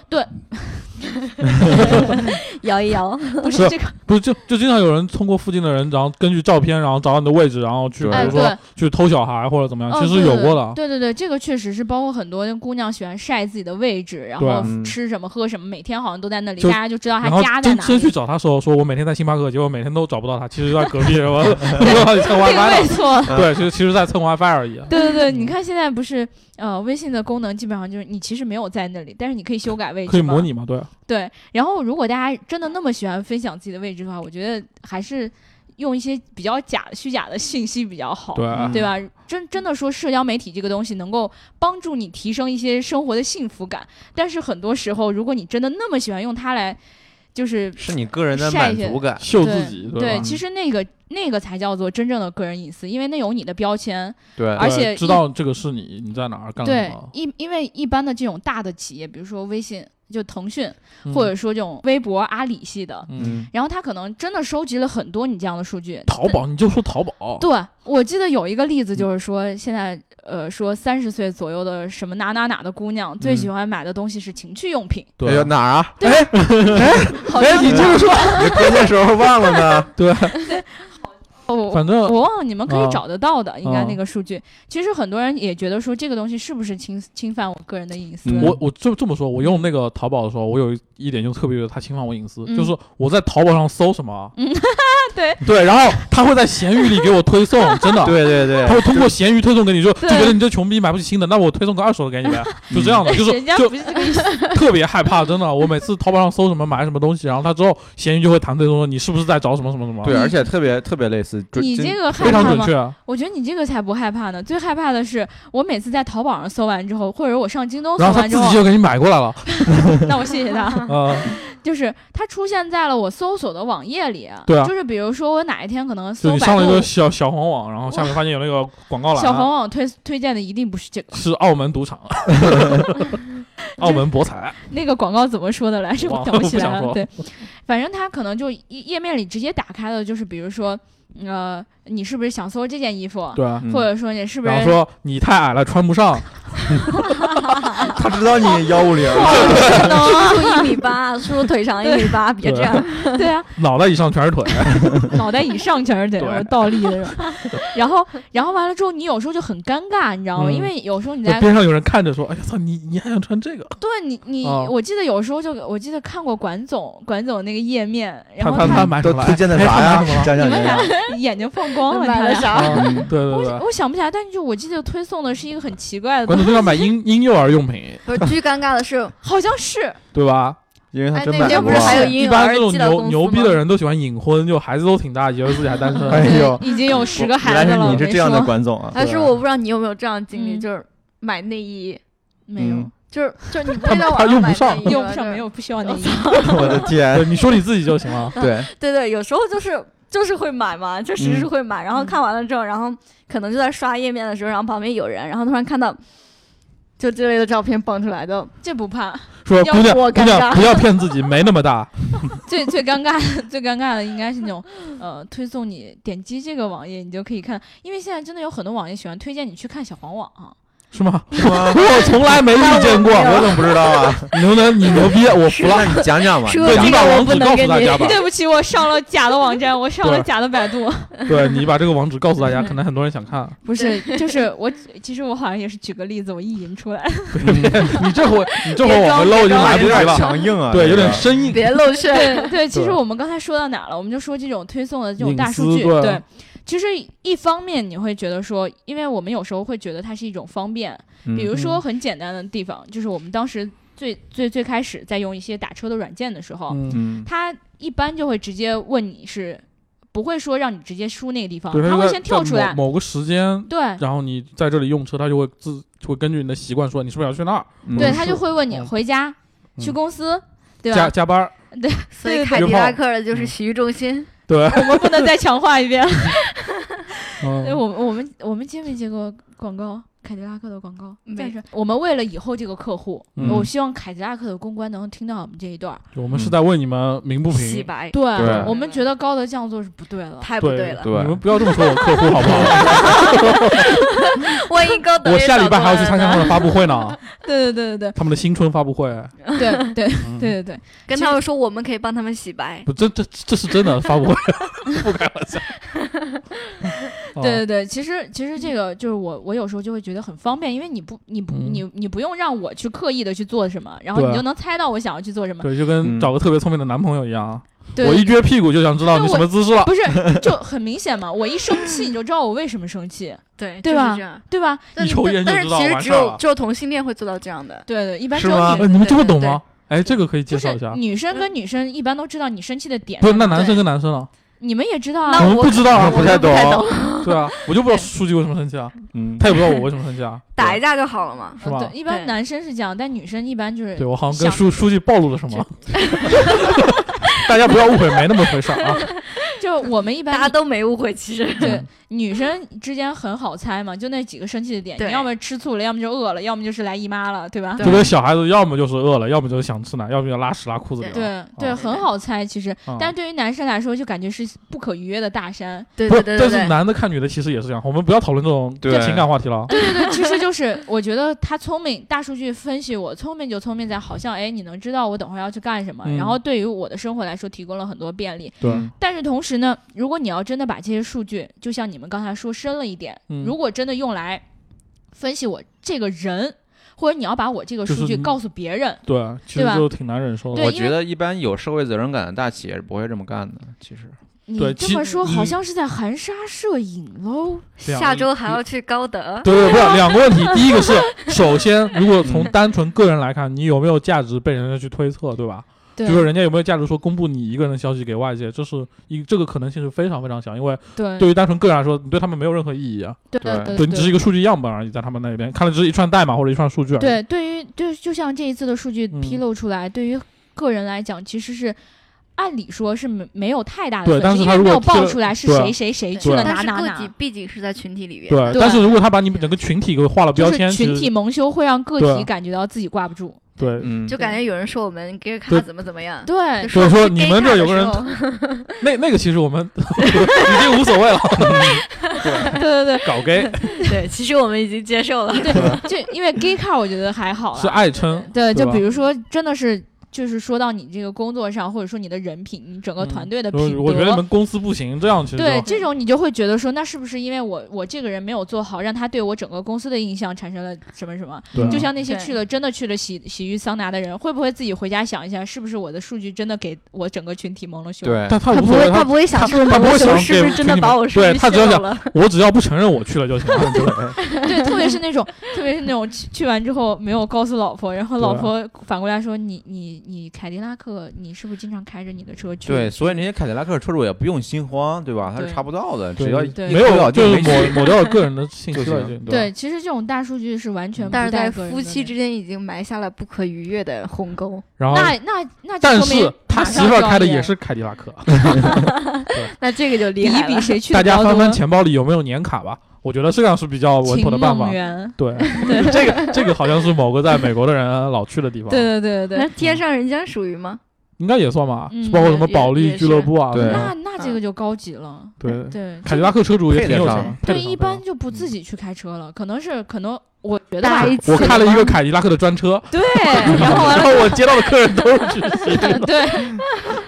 S3: 摇一
S2: [LAUGHS]
S3: 摇，
S1: 不
S2: 是
S1: 是这个，
S2: 不是就就经常有人通过附近的人，然后根据照片，然后找到你的位置，然后去比
S4: 对哎
S2: 如说
S1: 对
S2: 去偷小孩或者怎么样，
S1: 哦
S2: 啊其实有过的。
S1: 对对对，这个确实是包括很多姑娘喜欢晒自己的位置，然
S2: 对啊
S1: 后
S4: 嗯
S1: 吃什么喝什么，每天好像都在那里，
S2: 就
S1: 大家就知道她
S2: 然后
S1: 啊家在
S2: 真
S1: 哪
S2: 真去
S1: 里。
S2: 找他的时候，说我每天在星巴克，结果每天都找不到他，其实就在隔
S1: [LAUGHS]
S2: 壁，什么蹭 WiFi
S1: 定
S2: 了
S1: 位。错了。
S2: 对，其实其实在蹭 WiFi 而已。
S1: 对对对，
S2: [LAUGHS] 嗯
S1: 你看现在不是呃，微信的功能基本上就是你其实没有在那里，但是你可以修改位置，
S2: 可以模。拟嘛？对，啊
S1: 对，然后如果大家真的那么喜欢分享自己的位置的话，我觉得还是用一些比较假、虚假的信息比较好，
S2: 对啊
S4: 嗯
S1: 对吧？真真的说，社交媒体这个东西能够帮助你提升一些生活的幸福感，但是很多时候，如果你真的那么喜欢用它来，就是
S4: 是你个人的满足感。
S2: 秀自己，
S1: 对，
S2: 吧？
S1: 其实那个那个才叫做真正的个人隐私，因为那有你的标签，
S4: 对，
S1: 而且
S2: 对
S1: 一
S2: 知道这个是你，你在哪儿干什
S1: 对
S2: 么，，
S1: 因因为一般的这种大的企业，比如说微信，就腾讯，
S2: 嗯
S1: 或者说这种微博、阿里系的，
S2: 嗯，
S1: 然后他可能真的收集了很多你这样的数据。
S2: 淘宝你就说淘宝，
S1: 对，我记得有一个例子，就是说现在呃，说三十岁左右的什么哪哪哪的姑娘
S2: 嗯
S1: 最喜欢买的东西是情趣用品，
S4: 哎呦
S2: 对
S4: 哪儿啊？
S1: 好像
S2: 哎你这个
S1: [LAUGHS]
S2: 说，
S4: 你关键时候忘了
S2: [LAUGHS]
S4: 呢。
S2: 对，
S1: 我
S2: 反正
S1: 我忘了你们可
S2: 啊
S1: 以找得到的，应该
S2: 啊
S1: 那个数据。其实很多人也觉得说这个东西是不是侵侵犯我个人的隐私？
S4: 嗯
S2: 我我这这么说，我用那个淘宝的时候，我有一点就特别觉得它侵犯我隐私，
S1: 嗯
S2: 就是我在淘宝上搜什么，
S1: 嗯 [LAUGHS]
S2: 对对，然后它会在闲鱼里给我推送，真
S4: [LAUGHS]
S2: 的，
S4: 对对
S2: 它
S4: 对，
S2: 会通过闲鱼推送给你，说就
S1: 对嗯
S2: 觉得你这穷逼买不起新的，那我推送个二手的给你 [LAUGHS] 呗，就这样
S1: [LAUGHS]
S2: 的，就是
S1: 人家
S2: 就
S1: 不是这个意思。
S2: 特别害怕，真的，我每次淘宝上搜什么买什么东西，然后它之后闲鱼就会弹推送说你是不是在找什么什么什么，
S4: 对，而且特别特别类似。准
S1: 你
S4: 真
S1: 这个
S2: 非
S1: 害
S2: 常
S1: 怕
S2: 准
S1: 吗？
S2: 确，啊
S1: 我觉得你这个才不害怕呢。最害怕的是，我每次在淘宝上搜完之后，或者我上京东搜
S2: 然后它
S1: 完之
S2: 自
S1: 后
S2: 己，就给你买过
S1: [LAUGHS]
S2: 来了，
S1: 那我谢谢他。
S2: [LAUGHS] 呃，
S1: 就是它出现在了我搜索的网页里。
S2: 对啊
S1: 就是比如说我哪一天可能
S2: 就
S1: 搜
S2: 你
S1: 百
S2: 上了一
S1: 度
S2: 个，小小黄网，然后下面发现有那个广告栏，啊
S1: 小黄网推推荐的一定不是这
S2: [LAUGHS]
S1: 个。
S2: 是澳门
S1: [LAUGHS]
S2: 赌场，澳门博彩，
S1: 那个广告怎么说的来着？
S2: 忘
S1: 我
S2: 了
S1: 想不起来
S2: 不
S1: 了。
S2: 想说
S1: 对，反正它可能就一页面里直接打开了，就是比如说，呃，你是不是想搜这件衣服？
S2: 对啊。
S4: 嗯
S1: 或者说你是不是
S2: 然后说你太矮了，穿不上。
S4: [LAUGHS] 他知道你幺五
S1: [LAUGHS]
S4: 零，嗯
S3: 可能一米八，叔叔腿长一米八，别这样。
S1: [LAUGHS] 对啊？
S2: 脑袋以上全
S1: [LAUGHS]
S2: 是腿。
S1: 脑袋以上全是得
S2: [LAUGHS] 对
S1: 倒立的那
S2: [LAUGHS]
S1: 种。然后，然后完了之后，你有时候就很尴尬，你知道吗？
S2: 嗯
S1: 因为有时候你在
S2: 边上有人看着说：“哎呀操，你你还想穿这个
S1: 对你你，
S2: 哦
S1: 我记得有时候就我记得看过管总管总那个页面，？”然
S2: 他
S1: 后
S2: 他他买什
S4: 都
S2: 么来？
S4: 推荐的啥呀
S2: 哎他买什么？来
S4: 讲
S1: [LAUGHS] 你
S4: 讲
S1: 们
S4: 讲
S1: 俩
S4: 讲。
S1: 眼睛放光了，
S2: [LAUGHS]
S1: 他
S3: 买了
S1: 俩？
S3: 啥？
S2: 嗯对对对
S1: 我我想不起来，但是就我记得推送的是一个很奇怪
S2: [LAUGHS]
S1: 的
S2: 管
S1: 东
S2: 总
S1: 西，
S2: 就要买婴婴幼儿用品，
S3: 不是，巨尴尬的
S2: [LAUGHS]
S3: 是，
S1: 好像是
S2: 对吧？
S4: 因为他
S3: 哎，
S4: 真
S3: 那
S4: 买
S3: 边不是
S1: 过
S3: 还有
S1: 一
S2: 一
S3: 婴
S2: 般
S3: 儿
S2: 这种
S3: 寄到
S2: 牛
S3: 公司
S2: 牛逼
S3: 吗
S2: 的人都喜欢隐婚，就孩子都挺大，以为自己还单
S3: [LAUGHS]
S2: 身。
S4: 哎呦
S1: 对已经有十个孩
S4: 原
S1: 子
S4: 来
S1: 了，
S4: 是
S1: 我
S4: 你是
S1: 没
S4: 这样的
S1: 说
S4: 管总啊！
S3: 但是我不知道你有没有这样的经历，
S1: 嗯
S3: 就是买内衣，
S1: 没有 [LAUGHS]
S4: 嗯
S3: 就是 [LAUGHS] 就是你不
S2: 他
S3: 会在网
S2: 他用
S3: 上
S2: 不
S3: 买
S2: 上
S3: [LAUGHS] 内衣吧，
S1: 用不上
S3: 就是
S1: 没有不需要那
S3: 我
S1: 一
S4: 我
S1: [LAUGHS]
S4: 的天
S3: 哎
S2: 对，，你说你自己就行
S3: [LAUGHS]
S2: 了。
S4: [LAUGHS] 对，
S3: 对对，有时候就是就是会买嘛，确实
S2: 嗯
S3: 是会买。然后看完了之后，然后可能就在刷页面的时候，然后旁边有人，然后突然看到就这类的照片蹦出来的，
S1: 这不怕。
S2: 说
S1: 要
S2: 姑娘
S3: 我
S2: 姑
S3: 尴
S2: 娘
S3: 尬
S2: 不要骗自己，没那么
S3: [LAUGHS]
S2: 大。
S1: 最最尴尬的 [LAUGHS] 最尴尬的应该是那种呃推送你点击这个网页，你就可以看，因为现在真的有很多网页喜欢推荐你去看小黄网啊。
S2: 是吗？
S4: 是吗？
S2: [LAUGHS] 我从来没遇见过，
S4: 我怎么不知道
S1: [LAUGHS]
S4: 啊？
S2: 你能不能你牛逼？我服了
S4: 那。你讲讲吧，
S3: [LAUGHS] 是
S4: 你
S3: 不是
S4: 讲
S2: 你
S3: 这
S2: 把
S3: 个我
S2: 网
S3: 不
S2: 址
S3: 能
S2: 告诉
S3: 跟
S2: 大
S3: 你
S2: 家
S1: [LAUGHS]
S2: 吧。
S1: 对不起，我上了假的网站，我上了
S2: 对
S1: 假的百度。
S2: 对你把这个网址告诉大家，可能很多人想
S3: [LAUGHS]
S2: 看。
S1: 不是，就是我，其实我好像也是举个例子，我意淫出来。
S2: 你这回你这回往回搂已经来不
S4: 有
S2: 及
S4: 点
S2: 了，
S4: 强硬啊，
S2: 对，有
S4: 这个
S2: 点生硬。
S3: 别露馅。
S1: 对对，其实
S2: 对
S1: 我们刚才说到哪儿了？我们就说这种推送的这种
S2: 隐
S1: 大数
S2: 私
S1: 据，
S2: 对啊
S1: 对。其实一方面你会觉得说，因为我们有时候会觉得它是一种方便，
S2: 嗯
S1: 比如说很简单的地方，就是我们当时最最最开始在用一些打车的软件的时候，
S2: 嗯，
S4: 嗯，
S1: 他一般就会直接问你是，不会说让你直接输那个地方，
S2: 对，
S1: 他
S2: 它
S1: 会
S2: 在
S1: 先跳
S2: 在
S1: 出来。
S2: 某某个时间，
S1: 对
S2: 然后你在这里用车，它就会自就会根据你的习惯说你是不是要去那儿
S4: 嗯
S1: 对，
S2: 嗯
S1: 他就会问你
S2: 嗯
S1: 回家、
S2: 嗯
S1: 去公司，对
S3: 啊
S2: 加
S1: 吧？
S2: 加班儿。
S3: 所以凯迪拉克的就是
S2: 嗯
S3: 洗浴中心，
S2: 对，
S1: 我们不 [LAUGHS] 能再强化一遍。对
S2: 嗯
S1: 我们我们我们接没接过广告？凯迪拉克的广告。
S3: 没
S1: 但是我们为了以后这个客户，
S2: 嗯
S1: 我希望凯迪拉克的公关能听到我们这一段儿。
S2: 就我
S4: 嗯
S2: 们是在为你们鸣不
S3: 洗
S2: 平，
S3: 白，
S1: 对
S2: 对
S1: 我们觉得高德这样做是不对了。
S3: 太不
S2: 对
S3: 对了。
S4: 对
S2: 你们不要这么说我客户好不好？
S3: [LAUGHS] 万一高德
S2: 我
S3: 也
S2: 下礼
S3: 找
S2: 拜
S3: 错
S2: 还要去
S3: 了
S2: 参加
S3: 呢
S2: 他们的发布会呢，
S1: 对对对对
S2: 他们的新春发布会。
S1: 对 [LAUGHS] 对对
S2: 嗯
S1: 对对对，
S3: 跟他们说我们可以帮他们洗白。
S2: 不，这这这是真的发布会，
S4: 嗯
S2: [LAUGHS] 不开玩笑。啊
S1: 对对对，其实其实这个就是我我有时候就会觉得很方便，因为你不你不
S2: 嗯
S1: 你你不用让我去刻意的去做什么，然后
S2: 对啊
S1: 你就能猜到我想要去做什么。
S2: 对，就跟
S4: 嗯
S2: 找个特别聪明的男朋友一样啊，
S1: 对，
S2: 我一撅屁股就想知道你什么姿势了。
S1: 不是就很明显嘛，我一生气你就知道我为什么生气，
S3: 对，
S1: 对
S3: 就是
S1: 吧
S3: 这样
S1: 对吧？
S3: 但
S2: 一抽烟就
S3: 但
S2: 知
S3: 是
S2: 道
S3: 其实
S2: 完
S3: 只
S2: 事儿
S3: 有
S2: 了
S3: 只有同性恋会做到这样的。
S1: 对对，一般
S2: 是
S1: 只有
S2: 吗？
S1: 女
S2: 呃你们这么
S3: 对对
S2: 懂吗？哎，这个可以介
S1: 不
S2: 绍
S1: 是
S2: 一下。
S1: 女生跟女生一般都知道你生气的点
S2: 不
S1: 在
S2: 是，
S1: 哪，
S2: 那男生跟男生呢？
S1: 你们也知道啊
S3: 那。
S2: 我们
S3: 我
S2: 不知道啊，
S4: 不太懂，
S2: 对啊，我就不知道书记为什么生气啊，
S4: 嗯，
S2: 他也不知道我为什么生气啊，
S3: 打一架就好了嘛。
S2: 是吧？
S1: 嗯对，一般
S3: 对
S1: 男生是这样，但女生一般就是
S2: 对我好像跟
S1: 想
S2: 书书记暴露了什么， [LAUGHS] 大家不要误会，没那么回事儿啊。
S1: 就我们一
S3: 大家
S1: 般
S3: 都没误会，其实
S1: 对女生之间很好猜嘛，就那几个生气的点，
S3: 对
S1: 你要么吃醋了，要么就饿了，要么就是来姨妈了，对吧？
S3: 对
S2: 就跟小孩子要么就是饿了，要么就是想吃奶，要么就拉屎拉裤子啊里了。
S1: 对对，很好猜其
S2: 哦
S1: 实，但是对于男生来说，就感觉是不可逾越的大
S2: [LAUGHS]
S1: 山。
S3: 对
S2: 不
S3: 对
S2: 是，
S3: 对
S2: 但
S3: 对
S2: 是
S3: 对，
S2: 男的看女的其实也是这样。我们不要讨论这种
S4: 对
S2: 情感话题了。啊
S1: 对对，其实就是我觉得他聪明，大数据分析我聪明就聪明在好像哎，你能知道我等会儿要去干什么，
S2: 嗯
S1: 然后对于我的生活来说提供了很多便利。
S2: 对，
S4: 嗯
S1: 但是同时呢，如果你要真的把这些数据，就像你们刚才说深了一点，
S2: 嗯
S1: 如果真的用来分析我这个人，或者你要把我这个
S2: 就是
S1: 数据
S2: 你
S1: 告诉别人，
S2: 对，啊其
S1: 对
S2: 实
S1: 吧
S2: 就挺难忍受的。
S1: 对
S4: 我
S1: 因
S4: 觉得一般有社会责任感的大企业是不会这么干的，其实。
S2: 对
S1: 你
S2: 其
S1: 这么说
S2: 你
S1: 好像是在含沙射影喽。
S2: 这样
S3: [LAUGHS] 下周还要去高德。
S2: 对对，不是两个问题。第一个是，首先，如果从单纯个人来看，你有没有价值被人家去推测，对吧？
S1: 对
S2: 就是人家有没有价值说公布你一个人的消息给外界，这是一这个可能性是非常非常小，因为
S1: 对
S2: 对于单纯个人来说，你对他们没有任何意义啊。
S1: 对
S4: 对
S1: 对
S2: 对你只是一个数据样本而已，在他们那边看的只是一串代码或者一串数据而已。
S1: 对，对于就就像这一次的数据
S2: 嗯
S1: 披露出来，对于个人来讲，其实是按理说是没没有太大的损
S2: 对
S1: 失，
S2: 但是
S1: 因
S2: 他
S1: 为
S2: 如
S1: 没
S2: 果
S1: 有
S2: 披
S1: 爆
S2: 露
S1: 出来是
S2: 对啊
S1: 谁谁谁去了
S2: 对
S1: 哪
S3: 但是
S1: 哪
S3: 个体
S1: 哪，
S3: 毕竟是在群体里边，
S2: 对，
S1: 对
S2: 但是如果他把你们整个群体给画了标
S1: 就是
S2: 签，
S1: 群
S2: 其实
S1: 体蒙羞会让个
S2: 对啊
S1: 体感觉到自己挂不住。
S2: 对，
S4: 嗯，
S3: 就感觉有人说我们 gay 卡
S2: 对
S3: 怎么怎么样。
S1: 对
S3: 就
S2: 所
S3: 我
S2: 以说
S3: 们是
S2: 你
S3: gay
S2: 们这
S3: 卡的
S2: 有个人
S3: 时候
S2: 那那个其实我们 [LAUGHS] 已经无所谓了，
S1: 对 [LAUGHS]
S2: [LAUGHS]
S1: 对对
S2: 搞 gay
S3: [LAUGHS] 对，其实我们已经接受了。
S1: 对，就因为 gay car 我觉得还好
S2: 是
S1: 啦。
S2: 爱称，
S1: 对，
S2: 对
S1: 就
S2: 吧
S1: 比如说真的是。就是说到你这个工作上，或者说你的人品，你整个
S2: 嗯
S1: 团队的
S2: 我
S1: 品德，
S2: 我觉得你们公司不行，这样其实
S1: 对
S2: 就
S1: 这种你就会觉得说，那是不是因为我我这个人没有做好，让他对我整个公司的印象产生了什么什么？
S2: 对啊
S1: 就像那些去
S3: 对
S1: 了真的去了洗洗浴桑拿的人，会不会自己回家想一下，是不是我的数据真的给我整个群体蒙了羞？，
S4: 对，
S2: 但他无
S3: 不
S2: 所
S3: 会，
S2: 谓，
S3: 他不会想
S2: 他
S3: 是不是
S2: 他不
S3: 蒙
S2: 会
S3: 羞
S2: 想
S3: 是不
S2: 给
S3: 是真的
S2: 群体
S3: 把
S2: 蒙
S3: 我
S2: 对
S3: 说
S2: 他只要想
S3: 了？
S2: 我只要不承认我去了就行了，对
S1: 对，特别是那种，特别是那种去去完之后没有告诉老婆，然后老
S2: 对啊
S1: 婆反过来说你你你凯迪拉克，你是不是经常开着你的车去？
S4: 对，所以那些凯迪拉克车主也不用心慌，对吧？他是
S1: 对
S4: 查不到的，
S2: 对
S4: 只要
S1: 对
S4: 一
S2: 没
S4: 扣
S2: 有
S4: 掉
S2: 就
S4: 就是没
S2: 抹
S4: 事
S2: 抹掉个人的信息
S4: 就
S2: 了，已
S4: 行
S2: 经
S1: 对，其实这种大数据是完全不
S3: 但是
S1: 带
S3: 在
S1: 个人
S3: 夫
S1: 的
S3: 妻
S1: 那
S3: 之间已经埋下了不可逾越的鸿沟。
S2: 然后。
S1: 那那那就
S2: 啊但
S1: 说明
S2: 是他
S1: 马
S2: 媳
S1: 上
S2: 妇儿
S1: 就要
S2: 开的
S1: 离
S2: 也
S1: 了
S2: 是凯迪拉克，
S3: 那这个就
S1: 比
S3: 厉
S1: 一
S3: 害
S1: 比
S2: [LAUGHS]
S3: 了。
S1: 谁去
S2: 大
S1: 的
S2: 家
S1: 高
S2: 翻
S1: 多
S2: 翻钱包里有没有年卡吧，我觉得这样是比较稳妥的办
S1: 秦
S2: 法
S1: 梦。园
S2: 对，这个这个好像是某个在美国的人呃老去的地方，
S1: 对对对
S3: 那
S1: 对
S3: 天上人间属于吗？
S2: 应该也算吧，
S1: 嗯
S2: 包括什么
S3: 也
S2: 保利
S3: 也
S2: 俱乐部啊，
S4: 是
S2: 什
S4: 对
S1: 对，
S2: 么
S1: 那那这个就高级了。
S2: 对
S1: 对，
S2: 凯迪拉克车主也挺有钱的
S4: 配得上，
S2: 配得
S1: 对
S2: 上
S1: 一般
S2: 配
S1: 就不自己去开车了，可能是可能我觉得
S3: 大
S1: 吧
S3: 一
S2: 得上我看了一个凯迪拉克的专车，
S1: [LAUGHS]
S2: [LAUGHS]
S1: 对，
S3: [LAUGHS]
S1: 然后完了
S2: 然后我接到的客人都是去西
S1: 对
S2: [LAUGHS]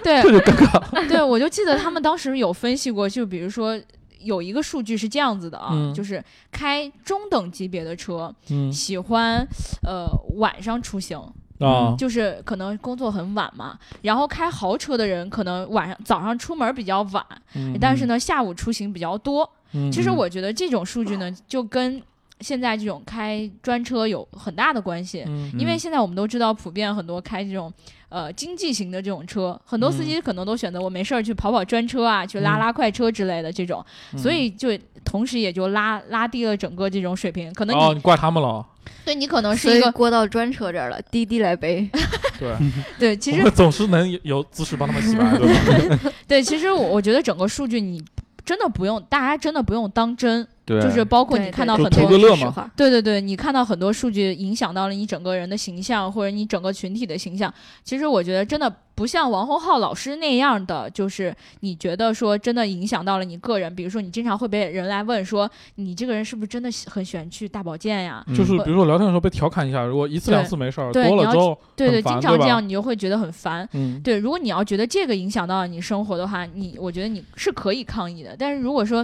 S2: 这
S1: 对
S2: 就尴
S1: [LAUGHS]
S2: 尬了。
S1: 对，我就记得他们当时有分析过，就比如说。有一个数据是这样子的啊，
S2: 嗯
S1: 就是开中等级别的车，
S2: 嗯
S1: 喜欢呃晚上出行，
S2: 啊，
S1: 就是可能工作很晚嘛，然后开豪车的人可能晚上早上出门比较晚，
S2: 嗯
S1: 哎但是呢下午出行比较多，
S2: 嗯
S1: 其实我觉得这种数据呢，就跟现在这种开专车有很大的关系，
S2: 嗯
S1: 因为现在我们都知道，普遍很多开这种呃经济型的这种车，很多司机可能都选择我没事儿去跑跑专车啊，去拉
S2: 嗯
S1: 拉快车之类的这种，所以就同时也就拉拉低了整个这种水平。可能你、
S2: 哦，你怪他们了。
S1: 对你可能
S3: 所
S1: 是一
S3: 以
S1: 个
S3: 过到专车这儿了， [LAUGHS] 滴滴来背。
S2: 对，
S1: 对，其
S2: 我 [LAUGHS]
S1: 实
S2: 们总是能有有姿势帮他们洗白，对
S1: [LAUGHS]
S2: 吧？
S1: 对，其实我我觉得整个数据你真的不用，大家真的不用当真。
S4: 对，
S1: 就是包括
S3: 对
S1: 你
S3: 对
S1: 看到
S3: 对
S1: 很
S2: 就
S1: 多
S2: 图个乐
S3: 说实
S2: 嘛
S3: 话
S1: 对对对，你看到很多数据影响到了你整个人的形象，或者你整个群体的形象。其实我觉得真的不像王洪浩老师那样的，就是你觉得说真的影响到了你个人。比如说，你经常会被人来问说，你这个人是不是真的喜很喜欢去大保健呀？
S2: 就
S4: 嗯
S2: 是比如说聊天的时候被调侃一下，如果一次
S1: 对
S2: 两次没事儿，
S1: 对
S2: 多
S1: 你
S2: 了
S1: 要
S2: 之后
S1: 对对，
S2: 很烦
S1: 经常
S2: 对吧
S1: 这样你就会觉得很烦。
S2: 嗯，
S1: 对，如果你要觉得这个影响到了你生活的话，你我觉得你是可以抗议的。但是如果说，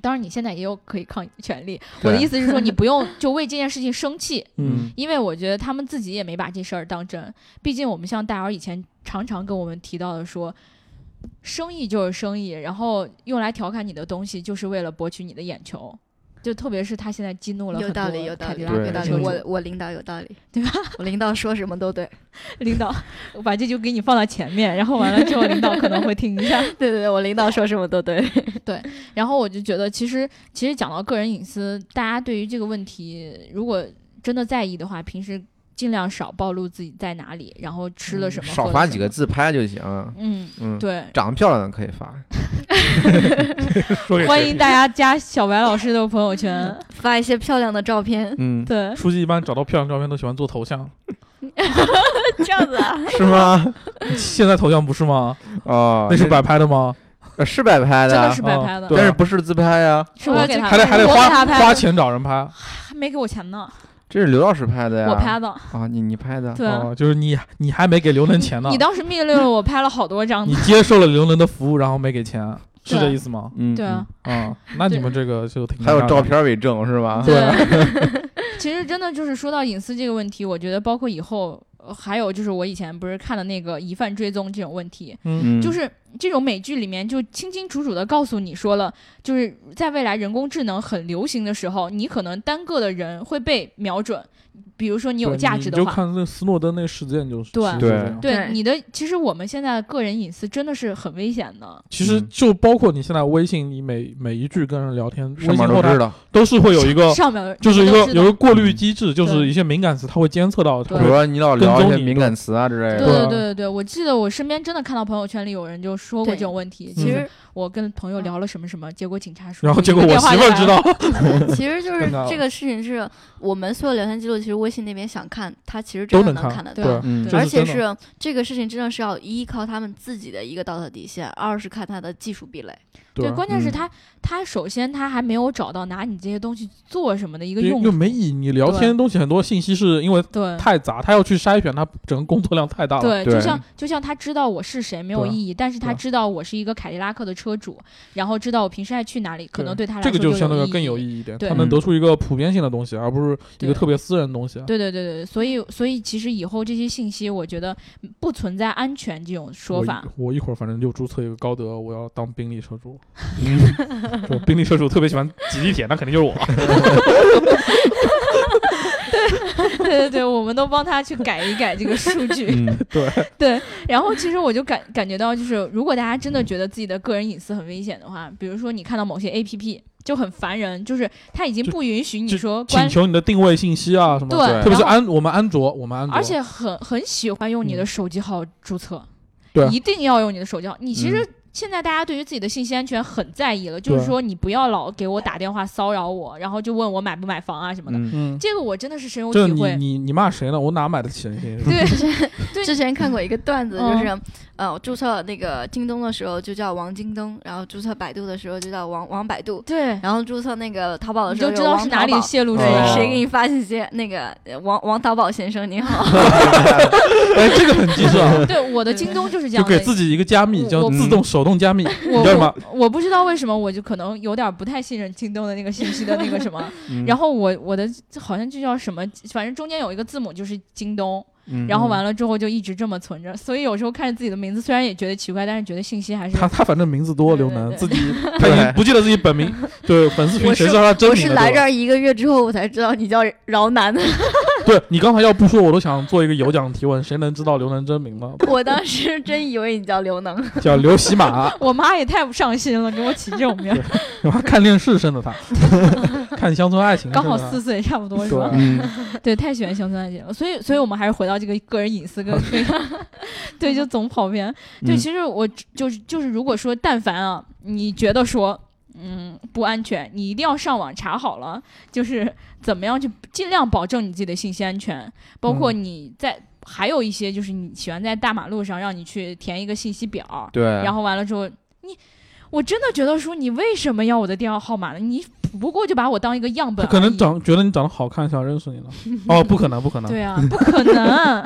S1: 当然你现在也有可以抗议的权利。我的
S4: 对
S1: 意思是说，你不用就为这件事情生气，
S2: 嗯
S1: 因为我觉得他们自己也没把这事儿当真。毕竟我们像大姚以前常常跟我们提到的说，生意就是生意，然后用来调侃你的东西就是为了博取你的眼球。就特别是他现在激怒了
S3: 有
S1: 很
S3: 道
S1: 多
S3: 理，有道
S1: 凯
S3: 理，
S1: 迪
S3: 有
S1: 拉
S2: 对
S1: 克
S3: 道
S1: 的
S3: 理。
S1: 车主
S3: 我我领导有道理，
S1: 对
S3: [LAUGHS] 吧？我领导说什么都对。
S1: 领导，我把这就给你放到前面，然后完了之后领导可能会听一下。
S3: [LAUGHS]
S1: [LAUGHS]
S3: 对对对，我领导说什么都对。
S1: 然后我就觉得，其实其实讲到个人隐私，大家对于这个问题，如果真的在意的话，平时尽量少暴露自己在哪里，然后吃了什么，
S4: 嗯少
S1: 喝了
S4: 发
S1: 什
S4: 几
S1: 么
S4: 个。自拍就行。
S1: 嗯，
S4: 嗯，
S1: 对。
S4: 长得漂亮的可以发，，
S1: [LAUGHS]
S2: 说给
S1: 欢
S2: 谁
S1: 迎
S2: 听
S1: 大家加小白老师的朋友圈。
S3: [LAUGHS] 发一些漂亮的照片
S4: 嗯，
S1: 对，
S2: 书记一般找到漂亮照片都喜欢做头像，
S3: [LAUGHS] 这样子啊？
S4: 是吗？
S2: 现在头像不是吗？
S4: 哦，
S2: [LAUGHS] 那是摆拍的吗？
S4: 呃是摆拍
S1: 真
S4: 的
S1: 的
S4: 啊
S1: 是，摆
S2: 哦
S1: 拍的，
S2: 对
S4: 但是不是自拍呀？
S1: 是我给他
S2: 还
S1: 拍
S2: 得
S1: 的，啊
S2: 还得
S1: 我给
S2: 花
S1: 他拍的
S2: 花，钱找人拍，
S1: 还没给我钱呢，
S4: 这是刘老师拍的呀？
S1: 我拍的。
S4: 啊，你你拍的？
S1: 对，
S2: 哦，就是你你还没给刘能钱呢
S1: 你，当时命令了我拍了好多张
S2: [LAUGHS] 你
S1: 呢。
S2: 接受了刘能的服务，然后没
S1: [LAUGHS]
S2: 给钱，是这意思吗？
S4: 嗯，
S1: 对啊
S4: 嗯，
S2: 啊，那你们这个就挺
S4: 还有
S2: 尴尬的
S4: 照，片为证是吧？
S2: 嗯对，啊
S1: 啊
S2: [LAUGHS]
S1: 其实真的就是说到隐私这个问题，我觉得包括以后，呃还有就是我以前不是看的那个疑犯追踪这种问题，
S2: 嗯，
S4: 嗯，
S1: 就是这种美剧里面就清清楚楚的告诉你说了，就是在未来人工智能很流行的时候，你可能单个的人会被瞄准，比如说你
S2: 你
S1: 有价值
S2: 你
S1: 的
S2: 就
S1: 话。
S2: 看那斯诺登那事件就是
S1: 对
S2: 其实就是这样
S4: 对
S1: 对
S3: 对
S1: 你的，其实我们现在个人隐私真的是很危险的。
S2: 其实
S4: 嗯
S2: 就包括你现在微信，你每每一句跟人聊天，微
S4: 上
S2: 信
S4: 面
S2: 后
S4: 都
S2: 台
S4: 知道。
S2: 都是会有一个，
S1: 上面
S2: 就是一
S1: 都
S2: 个
S1: 知道
S2: 有一个过滤机制，就
S1: 对
S2: 是一些敏感词，它会监测到，它
S1: 对
S4: 比如
S2: 会
S4: 说你老聊
S2: 跟
S4: 一
S2: 踪
S4: 些
S2: 你
S4: 敏感词啊之类的，
S1: 对对
S2: 啊
S1: 对对对，我记得我身边真的看到朋友圈里有人就说过这种问题。
S2: 对
S1: 其
S3: [LAUGHS] 其
S1: 实
S3: 实
S1: 我跟朋友聊了什么什么，结果警察叔叔
S2: 嗯然后
S1: 一个
S2: 结果我
S1: 电话
S2: 媳妇
S1: 就
S2: 儿
S1: 来
S2: 知
S1: 了
S2: 道，嗯
S3: [LAUGHS] 其实就是
S2: 真的
S3: 这个事情是我们所有聊天记录，其实微信那边想看，他其实
S2: 都
S3: 真的
S2: 能
S3: 能
S2: 看
S3: 看得
S1: 对 [LAUGHS]
S3: 到。
S4: 嗯，
S2: 这
S3: 而
S2: 是
S3: 且
S2: 真的
S3: 是这个事情真的是要依靠他们自己的一个道德底线，二是看他的技术壁垒。
S1: [LAUGHS] 对，关键
S4: 嗯
S1: 是他、他首先他还没有找到拿你这些东西做什么的一个
S2: 因
S1: 用
S2: 为
S1: 途，
S2: 没意义。你聊
S1: 对
S2: 天的东西很多信息是因为
S1: 对
S2: 太杂，他要去筛选，他整个工作量太大了。
S1: 对，
S4: 对
S1: 就像就像他知道我是谁没有
S2: 对
S1: 意义，但是他
S2: 对
S1: 知道我是一个凯迪拉克的车主，然后知道我平时爱去哪里，可能对他来
S2: 这
S1: 说
S2: 个就相对
S1: 有
S2: 要更有
S1: 义。
S2: 意义一点，
S1: 对
S2: 他能得出一个普遍性的东西，而不是一
S1: 对
S2: 个特别私人的东西。啊
S1: 对对对对，所以所以其实以后这些信息，我觉得不存在安全这种说
S2: 我
S1: 法。
S2: [LAUGHS] 一我一会儿反正就注册一个高德，我要当宾利车主。我宾利车主特别喜欢挤地铁，那肯定就是我。
S1: [LAUGHS] 对对对，我们都帮他去改一改这个
S2: [LAUGHS]
S1: 数据。
S4: 嗯，
S2: 对，
S1: 然后其实我就感感觉到，就是如果大家真的觉得自己的个人隐私很危险的话，比如说你看到某些 A P P 就很烦人，就是它已经
S2: 就
S1: 不允许你
S2: 就
S1: 说关
S2: 请，求你的定位信息啊什么的。
S1: 对，
S4: 对
S2: 特别是
S1: 然后
S2: 安，我们安卓，我们安卓，
S1: 而且很很喜欢用你的
S2: 嗯
S1: 手机号注册，
S2: 对啊
S1: 一定要用你的手机号。你其实
S4: 嗯
S1: 现在大家对于自己的信息安全很在意了，就是
S2: 对啊
S1: 说你不要老给我打电话骚扰我，然后就问我买不买房啊什么的。
S4: 嗯
S2: 嗯，
S1: 这个我真的是深有
S2: 这
S1: 体
S2: 你
S1: 会。
S2: 你你骂谁呢？我哪买得起啊人 [LAUGHS] 家？
S1: 对对
S3: 之前看过一个段子，
S1: 嗯
S3: 就是、呃，我注册那个京东的时候就叫王京东，然后注册百度的时候就叫王王百度，
S1: 对，
S3: 然后注册那个淘宝的
S1: 你
S3: 时候
S1: 就知
S3: 有
S1: 道
S3: 嗯王
S1: 是哪里
S3: 淘宝
S1: 泄露出
S4: 对
S1: 来
S4: 哦
S1: 了。
S3: 谁给你发信息？那个呃王王淘宝先生您
S2: [LAUGHS]
S3: 好，
S2: 哦哎，这个很机智啊，
S1: 对，我的京东就是这
S2: 就
S1: 样的
S2: 给。自己一个加密，
S1: 我
S2: 叫
S1: 我嗯
S2: 自动手动加密。
S1: 我
S2: 你叫什么
S1: 我我不知道为什么，我就可能有点不太信任京东的那个信息的那个什么。 [LAUGHS] 然
S2: 嗯
S4: 后
S1: 后我我的好像就叫什么，反正中间有一个字母就是京东，
S4: 嗯
S2: 嗯
S1: 然后完了之后就一直这么存着。所以有时候看着自己的名字，虽然也觉得奇怪，但是觉得信息还是
S2: 他他反正名字多，
S1: 嗯对
S2: 刘
S1: 对
S2: 能
S1: 对
S2: 自己
S1: [LAUGHS]
S2: 他已经不记得自己本名，对粉丝群
S3: 我
S2: 谁
S3: 是
S2: 知道他真
S3: 我
S2: 名
S3: 是
S2: 了
S3: 来
S2: 对
S3: 这
S2: 吧
S3: 儿一个月之后我才知道你叫饶楠，
S1: [LAUGHS]
S2: 对你刚才要不说，我都想做一个有奖提问，谁能知道刘能真名呢？
S3: 我当时真以为你叫刘能。
S1: 哦
S2: 叫刘喜
S1: [LAUGHS]
S2: 马，
S1: 我妈也太不上心了，给我起这种
S2: [LAUGHS]
S1: 名儿，
S2: 我还看电视生的他， [LAUGHS] 看乡村爱情
S1: 刚好
S2: 生的
S1: 四岁差不多是吧？
S4: 嗯，
S1: 对，太喜欢乡村爱情了，所以，所以我们还是回到这个个人隐私
S2: [LAUGHS]
S1: 跟这个，对， [LAUGHS] 就总跑偏。对，
S4: 嗯
S1: 其实我只就是就是，如果说但凡啊，你觉得说嗯不安全，你一定要上网查好了，就是怎么样去尽量保证你自己的信息安全，包括
S2: 嗯
S1: 你在、还有一些就是你喜欢在大马路上让你去填一个信息表，
S4: 对，
S2: 嗯
S1: 然后完了之后你。我真的觉得说你为什么要我的电话号码呢？你不过就把我当一个样本
S2: 他
S1: 而已，
S2: 可能长觉得你长得好看，想认识
S1: [LAUGHS]
S2: 你了。哦，不可能，不可能，
S1: 对啊，不可
S2: [LAUGHS]
S1: 能，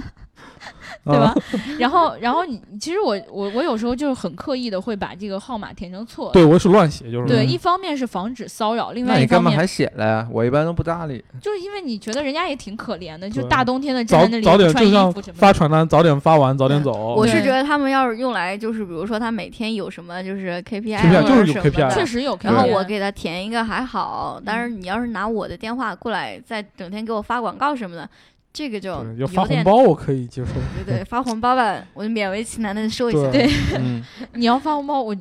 S1: 对
S2: 啊
S1: 吧？？然后，然后你其实我我我有时候就是很刻意的会把这个号码填成错，
S2: 对，我也是乱写，就是嗯
S1: 对，一方面是防止骚扰，另
S4: 那
S1: 外
S4: 你
S1: 一
S4: 干
S1: 方
S4: 嘛
S1: 面
S4: 还写嘞？我一般都不搭
S1: [LAUGHS]
S4: 理。
S1: 就是因为你觉得人家也挺可怜的，就
S2: 对
S1: 大冬天的站
S2: 早
S1: 在那里
S2: 早点
S1: 不穿
S2: 就
S1: 衣
S2: 像
S1: 服什么
S2: 发
S1: 的。
S2: 传单，早点发完，早点走。
S3: 我是
S1: 对
S3: 觉得他们要是用来就是比如说他每天有什么就是 KPI
S2: 啊就是有
S3: 或者什么
S2: KPI
S1: 确
S3: 的。
S1: 实有 KPI，
S3: 然后我给他填一个还好，但是
S1: 嗯
S3: 你要是拿我的电话过来，再整天给我发广告什么的，这个就
S2: 对要
S3: 有
S2: 发红
S3: 点
S2: 包，我可以接受。
S3: 对对，发红包吧，我就勉为其难的收一下。
S2: 对
S4: 嗯，
S1: 你要发红包，我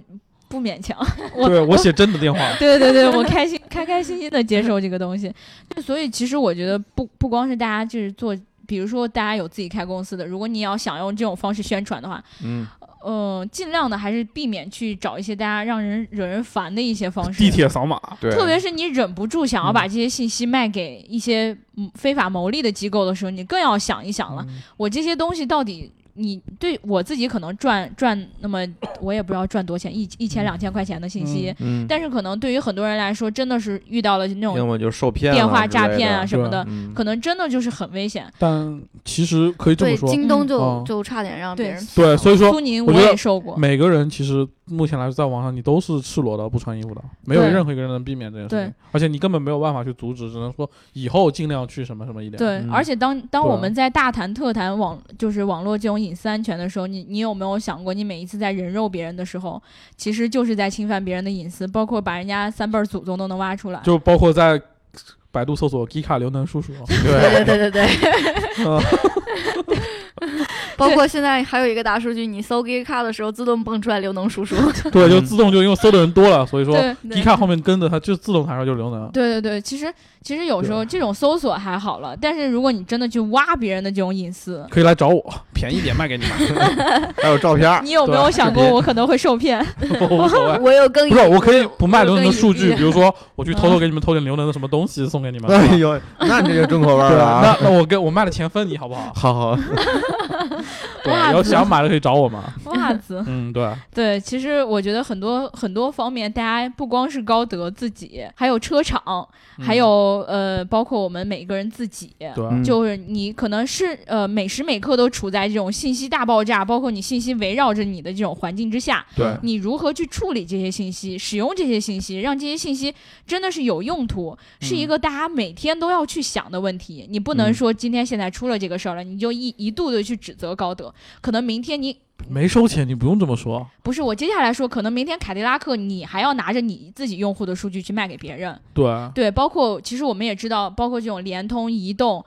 S1: 不勉强。我
S2: 对，我写真的电话。
S1: [LAUGHS] 对对对，我开心 [LAUGHS] 开开心心的接受这个东西。就所以其实我觉得不不光是大家就是做，比如说大家有自己开公司的，如果你要想用这种方式宣传的话， [LAUGHS]
S4: 嗯，
S1: 呃，尽量的还是避免去找一些大家让人惹人烦的一些方式。
S2: 地，铁扫码，
S4: 对，
S1: 特别是你忍不住想要把这些信息卖给一些嗯非法牟利的机构的时候，你更要想一想了，
S2: 嗯
S1: 我这些东西到底。你对我自己可能赚赚那么，我也不知道赚多少钱，一一千两千块钱的信息，
S4: 嗯，
S1: 但是可能对于很多人来说，真的是遇到了那
S4: 要
S1: 种
S4: 么就受骗
S1: 电
S4: 了
S1: 话
S4: 之
S1: 诈
S4: 类
S1: 骗
S4: 的
S1: 啊什么的，
S4: 嗯，
S1: 可能真的就是很危险。
S2: 但其实可以这么
S3: 对，
S2: 说，
S3: 京东
S1: 嗯
S3: 就、
S2: 哦
S3: 就差点让
S1: 对
S3: 别人
S2: 对，所以说
S1: 苏宁
S2: 我
S1: 我
S2: 觉得
S1: 也受过，
S2: 每个人其实目前来说，在网上你都是赤裸的，不穿衣服的，没有
S1: 对
S2: 任何一个人能避免这件事情
S1: 对，
S2: 而且你根本没有办法去阻止，只能说以后尽量去什么什么一点。
S1: 对，
S4: 嗯
S1: 而且当当
S2: 对啊
S1: 我们在大谈特谈网就是网络这种隐私安全的时候，你你有没有想过，你每一次在人肉别人的时候，其实就是在侵犯别人的隐私，包括把人家三辈儿祖宗都能挖出来。
S2: 就包括在百度搜索 “Gika 刘能叔叔”，
S4: 对，
S3: 对对对对
S2: 嗯
S3: 对。包括现在还有一个大数据，你搜 g i k 的时候，自动蹦出来刘能叔叔。
S2: 对，就
S4: 嗯
S2: 自动就因为搜的人多了，所以说
S1: 对
S2: Gika 后面跟着他就自动弹出来就是刘能。
S1: 对对对，其实其实有时候这种搜索还好了，但是如果你真的去挖别人的这种隐私，
S2: 可以来找我， [LAUGHS] [LAUGHS] 便宜点卖给你们，
S4: [LAUGHS] 还有照片儿，
S1: 你有没
S2: 对啊
S1: 有想过
S2: 别
S1: 我可能会受
S2: [LAUGHS]
S1: 骗？
S2: 我无所谓。
S3: 我有更
S2: 不是，我可以不卖刘能的数
S3: 我
S2: 据，
S3: 更
S2: 比如说我去偷偷给你们偷点刘能的什么东西送给你们。
S4: 哎呦，那你这就重口味儿
S2: 对
S4: 了
S2: 啊，
S4: 啊！
S2: 那那我给我卖的钱分你好不好？
S4: 好
S1: [LAUGHS]
S4: 好，
S2: 对，
S1: 哇
S2: 有想买的可以找我 [LAUGHS] 嘛。
S1: 袜子，
S2: 嗯，对，
S1: 对，啊其实我觉得很多很多方面，大家不光是高德自己，还有车厂，
S2: 嗯
S1: 还有呃，包括我们每个人自己，
S2: 对，
S4: 嗯
S1: 就是你可能是呃每时每刻都处在这种信息大爆炸，包括你信息围绕着你的这种环境之下，
S2: 对
S1: 你如何去处理这些信息，使用这些信息，让这些信息真的是有用途，是一个大家每天都要去想的问题。你不能
S4: 嗯
S1: 说今天现在出了这个事儿了，你就一一度的去指责高德，可能明天你。
S2: 没收钱，你不用这么说。
S1: 不是我接下来说，可能明天凯迪拉克你还要拿着你自己用户的数据去卖给别人，
S2: 对，嗯
S1: 对，包括其实我们也知道，包括这种联通、移动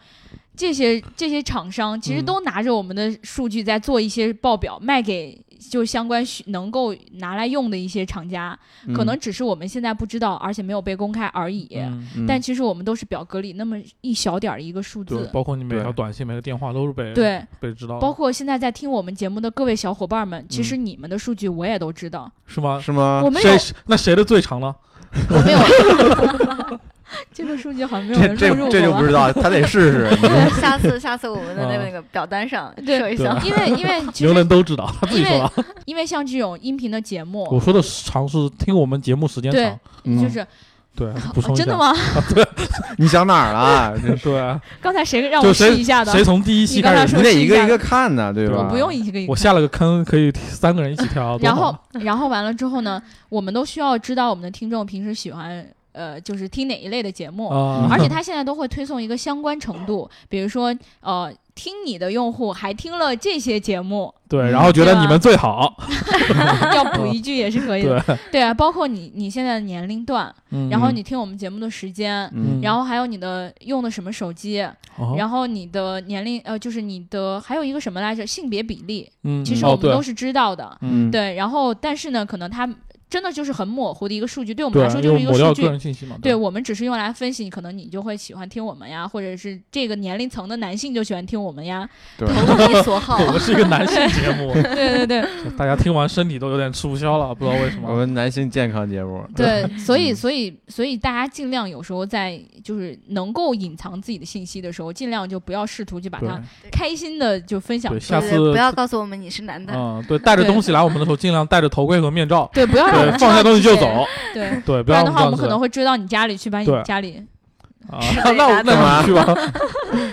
S1: 这些这些厂商，其实
S2: 嗯
S1: 都拿着我们的数据在做一些报表，卖给就相关需能够拿来用的一些厂家，可能只是我们现在不知道，而且没有被公开而已。
S2: 嗯，
S4: 嗯嗯，
S1: 但
S4: 嗯
S1: 其实我们都是表格里那么一小点儿的一个数
S2: 对，
S1: 字，
S2: 包括你每条
S4: 对
S2: 短信、每个电话都是被
S1: 对，
S2: 被知道的，
S1: 包括现在在听我们节目的各位小伙伴们，其实
S4: 嗯
S1: 你们的数据我也都知道，
S2: 是吗？
S4: 是吗
S1: 我？们有
S2: 谁那谁的最长呢？
S1: 我没有。
S4: [LAUGHS]
S1: [LAUGHS] 这个数据好像没有
S4: 这
S1: 人
S4: 这
S1: 录入啊
S4: 这就
S1: 过
S4: 不知道，他得试
S1: [LAUGHS]
S4: 试。
S3: 对，下次下次我们的那个
S2: 啊
S3: 那个表单上设
S1: 对
S3: 一下。
S1: 因为因为其
S2: 刘
S1: 实
S2: 能都知道，他自己说了。
S1: 因为像这种音频的节
S2: 我
S1: 目，
S2: 说的长是听我们节目时间
S1: 对
S2: 长，
S1: [LAUGHS] 就
S4: 嗯
S1: 是、
S2: 对，补充一下。啊
S1: 真的？吗？ [LAUGHS]
S4: 你想哪儿了？真是
S2: 对，啊
S1: 刚才谁让
S2: 就
S1: 我
S2: 谁
S1: 试一下的？
S2: 谁从第一期
S1: 你刚
S2: 开
S1: 才
S2: 始？
S1: 说
S4: 你得
S1: 试
S4: 一
S1: 一
S4: 个
S1: 下
S4: 一个看呢，对吧？
S1: 我不用一个一个
S2: 我
S1: 看
S2: 下了个坑，可以三个人一起跳。多
S1: 然
S2: 好
S1: 后，然后完了之后呢，我们都需要知道我们的听众平时喜欢呃，就是听哪一类的节目。
S2: 啊，
S1: 哦而且他现在都会推送一个相关程度，比如说，呃，听你的用户还听了这些节目，
S2: [LAUGHS]
S1: [LAUGHS]
S2: 对，然后觉得
S1: 对吧
S2: 你们最好，
S1: 要补一句也是可以的。 [LAUGHS] 对啊，包括你你现在的年龄段，然
S2: 嗯
S1: 后你听我们节目的时间，
S4: 嗯，
S1: 然后还有你的用的什么手机，
S2: 哦，
S1: 然后你的年龄，呃，就是你的还有一个什么来着，性别比例，
S2: 嗯，
S1: 其实
S2: 哦
S1: 我们
S2: 对
S1: 都是知道的。
S4: 嗯，
S1: 对，然后但是呢，可能他真的就是很模糊的一个数据，对我们
S2: 对
S1: 来
S2: 啊，
S1: 说
S2: 因
S1: 就
S2: 为
S1: 是一个数
S2: 抹掉
S1: 据
S2: 个。人信息嘛。
S1: 对我们只是用来分析，可能你就会喜欢听我们呀，或者是这个年龄层的男性就喜欢听我们
S2: [LAUGHS]
S1: 呀。
S2: 对，
S3: 投其所好。
S2: [LAUGHS] 我们是一个男性节目，
S1: 对对
S2: [LAUGHS]
S1: 对
S2: 大家听完身体都有点吃不消了，不知道为什
S4: 我
S2: 么。
S4: 们男性健康节目，
S1: 对，所以
S4: 嗯
S1: 所以所以大家尽量有时候在就是能够隐藏自己的信息的时候，尽量就不要试图去
S3: [LAUGHS] 啊
S1: 把
S2: 对
S1: 它，开心的就分享
S2: 对
S1: 出
S2: 下
S1: 来。
S3: 对
S2: 次
S3: 对对不要告诉我们你是男的。
S2: 嗯，对，带着东西来我们的时候，尽量带着头盔和面
S3: [LAUGHS]
S2: 罩，
S1: 对，不要让我
S2: 对，
S1: 们知道
S2: 放下东西
S1: 你是
S2: 就
S1: 谁。
S2: 走，
S1: 对，
S2: 对，
S1: 不
S2: 不要
S1: 然的话，我们
S2: 这
S1: 可能
S2: 样子
S1: 会追到你家里去，把你
S2: 对
S1: 家里。
S2: 啊， [LAUGHS]
S3: 会
S2: 那我
S3: [LAUGHS]
S2: 那你去吧， [LAUGHS]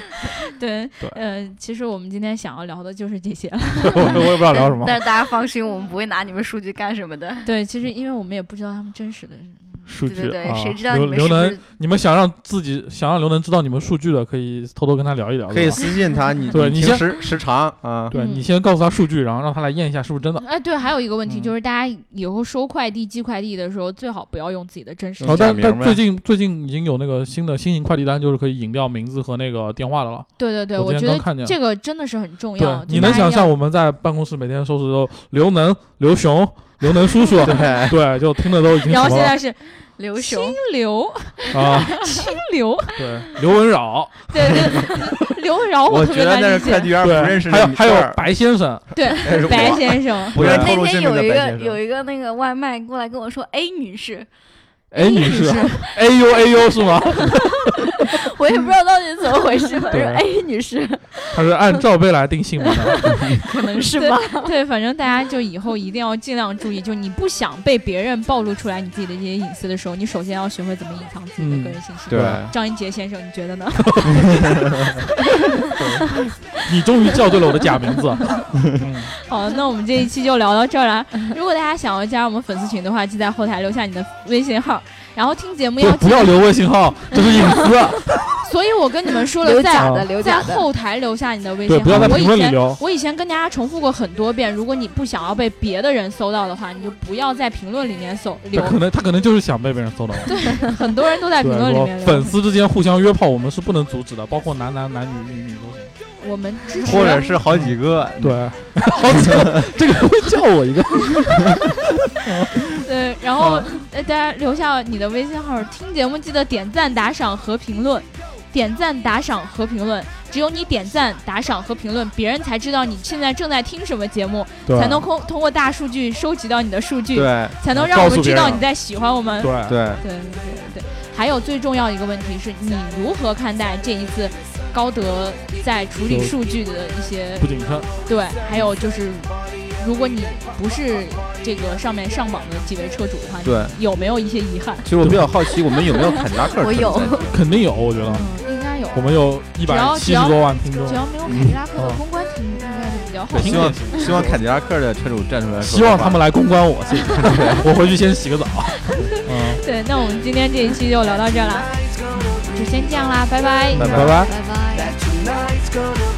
S1: 对
S2: 对，
S1: 呃，其实我们今天想要聊的就是这些了。
S2: 我我也不知道聊什么。
S3: 但是大家放心，我们不会拿你们数据干什么的。
S1: 对，其实因为我们也不知道他们真实的
S2: 数
S3: 对对
S2: 据
S3: 对，
S2: 啊，
S3: 谁知道你
S2: 刘
S3: 们是
S2: 刘
S3: 不
S2: 能
S3: 是，？
S2: 你们想让自己想让刘能知道你们数据的，可以偷偷跟他聊一聊，
S4: 可以
S2: 对吧
S4: 私信他，你
S2: 对你
S4: 听
S2: 先
S4: 时时长啊，
S2: 对
S1: 嗯
S2: 你先告诉他数据，然后让他来验一下是不是真的。
S1: 哎，对，还有一个问题、
S2: 嗯
S1: 就是，大家以后收快递、寄快递的时候，最好不要用自己的真实
S4: 嗯
S1: 姓
S2: 哦，
S1: 名。
S4: 假
S2: 但
S4: 名
S2: 但
S4: 呗
S2: 最近最近已经有那个新的新型快递单，就是可以隐掉名字和那个电话的了。
S1: 对对对，
S2: 我
S1: 我
S2: 今
S1: 觉
S2: 天刚看
S1: 得
S2: 见
S1: 这个真的是很重
S2: 对
S1: 要。，就
S2: 你
S1: 大
S2: 能
S1: 家要
S2: 想象我们在办公室每天收拾都刘能、刘
S1: [LAUGHS]
S2: 雄、刘能叔叔，
S4: [LAUGHS] 对，
S2: 对，就听的都已经
S1: 然后
S2: 什么
S1: 现
S2: 了
S1: 在是
S3: 刘
S1: 清
S3: 雄，
S1: 流，
S2: 啊？
S1: 清流，
S2: 对，刘文扰，
S1: 对对，刘饶
S4: 我
S1: 哦特
S4: 觉
S1: 别
S4: 得
S1: 难
S4: 那
S1: 理
S4: 是快递
S1: 解。
S4: 员不
S2: 对，
S4: 认识
S2: 还有
S4: 你
S2: 还
S4: 事
S2: 有
S4: 儿
S2: 白先生，
S4: 那是我
S1: 白先生，
S4: 不
S3: 我
S4: 愿意透
S3: 那
S4: 露
S3: 天
S4: 身份
S3: 有
S4: 的
S3: 一
S4: 白
S3: 个
S4: 先生
S3: 有一个那个外卖过来跟我说：“A 女士。 [LAUGHS]
S2: 哎，女士
S1: [LAUGHS]
S3: 士，
S2: 哎呦哎呦是吗？”
S3: 我也不知道到底怎么回事，我 [LAUGHS] 说
S2: 对啊
S3: A 女士
S2: 他是按罩杯来定性名的，
S1: [LAUGHS]
S3: 可能是吧？
S1: 对，反正大家就以后一定要尽量注意，就你不想被别人暴露出来你自己的这些隐私的时候，你首先要学会怎么隐藏自己的
S2: 嗯
S1: 个人信息。
S4: 对，
S1: 张一杰先生，你觉得呢？ [LAUGHS]
S2: 你终于叫对了我的假名字。
S1: 好，那我们这一期就聊到这儿了。如果大家想要加入我们粉丝群的话，记在后台留下你的微信号。然后听节目要
S2: 不
S1: 记
S2: 不要留微信号，这
S1: [LAUGHS]
S2: 是隐私。
S1: 所以我跟你们说了，
S3: 留假
S1: 在
S4: 哦
S3: 的，留
S1: 在
S3: 假的。
S1: 后台留下你的微
S2: 对，
S1: 信
S2: 不要
S1: 号
S2: 在。
S1: 我
S2: 评
S1: 以
S2: 论里
S1: 前
S2: 留。
S1: 我以前跟大家重复过很多遍，如果你不想要被别的人搜到的话，你就不要在评论里面搜留
S2: 他。可能他可能就是想被别人搜到。对，
S1: 很多人都在评论里
S2: 我 [LAUGHS]
S1: 面
S2: 粉
S1: 留。
S2: 丝之间互相约炮，我们是不能阻止的，包括男男、男女、女女都行。
S1: 我们支持
S4: 或者是好几个，
S2: 对，好这个 [LAUGHS] 这个会叫我一个。
S1: 对，然后呃大家留下你的微信号，听节目记得点赞、打赏和评论，点赞、打赏和评论。只有你点赞、打赏和评论，别人才知道你现在正在听什么节目，
S2: [LAUGHS] 对啊
S1: 才能通通过大数据收集到你的数据，
S4: 对啊
S1: 才能让我
S2: 告
S1: 们
S2: 诉别
S1: 知
S2: 人
S1: 道你在喜欢我们。
S2: 对
S4: 对，
S1: 对对对对，还有最重要一个问题是你如何看待这一次高德在处理数据的一些
S2: 不谨慎。
S1: 对，还有就是如果你不是这个上面上榜的几位车主的话，
S4: 对，
S1: 你有没有一些遗憾？
S4: 其实我比较好奇，我们有没有凯迪拉克？
S3: 我有，
S1: [LAUGHS]
S2: 肯定有，我觉得
S1: 嗯，应该有，
S2: 我们有一
S1: 只
S2: 百
S1: 要只
S2: 七
S1: 要
S2: 十多万听众
S1: 只，要没有凯迪拉克的
S2: 嗯
S1: 公关题，应该是比较好
S2: 对。
S4: 希望希望凯迪拉克的车主站出来说
S2: 希
S4: 说话，
S2: 望他们来公关我， [LAUGHS] 谢谢我回去先洗个澡。嗯，
S1: 对，那我们今天这一期就聊到这儿了，就先这样啦，拜拜。
S4: 拜
S2: 拜拜。
S3: 拜拜。
S5: Tonight's gonna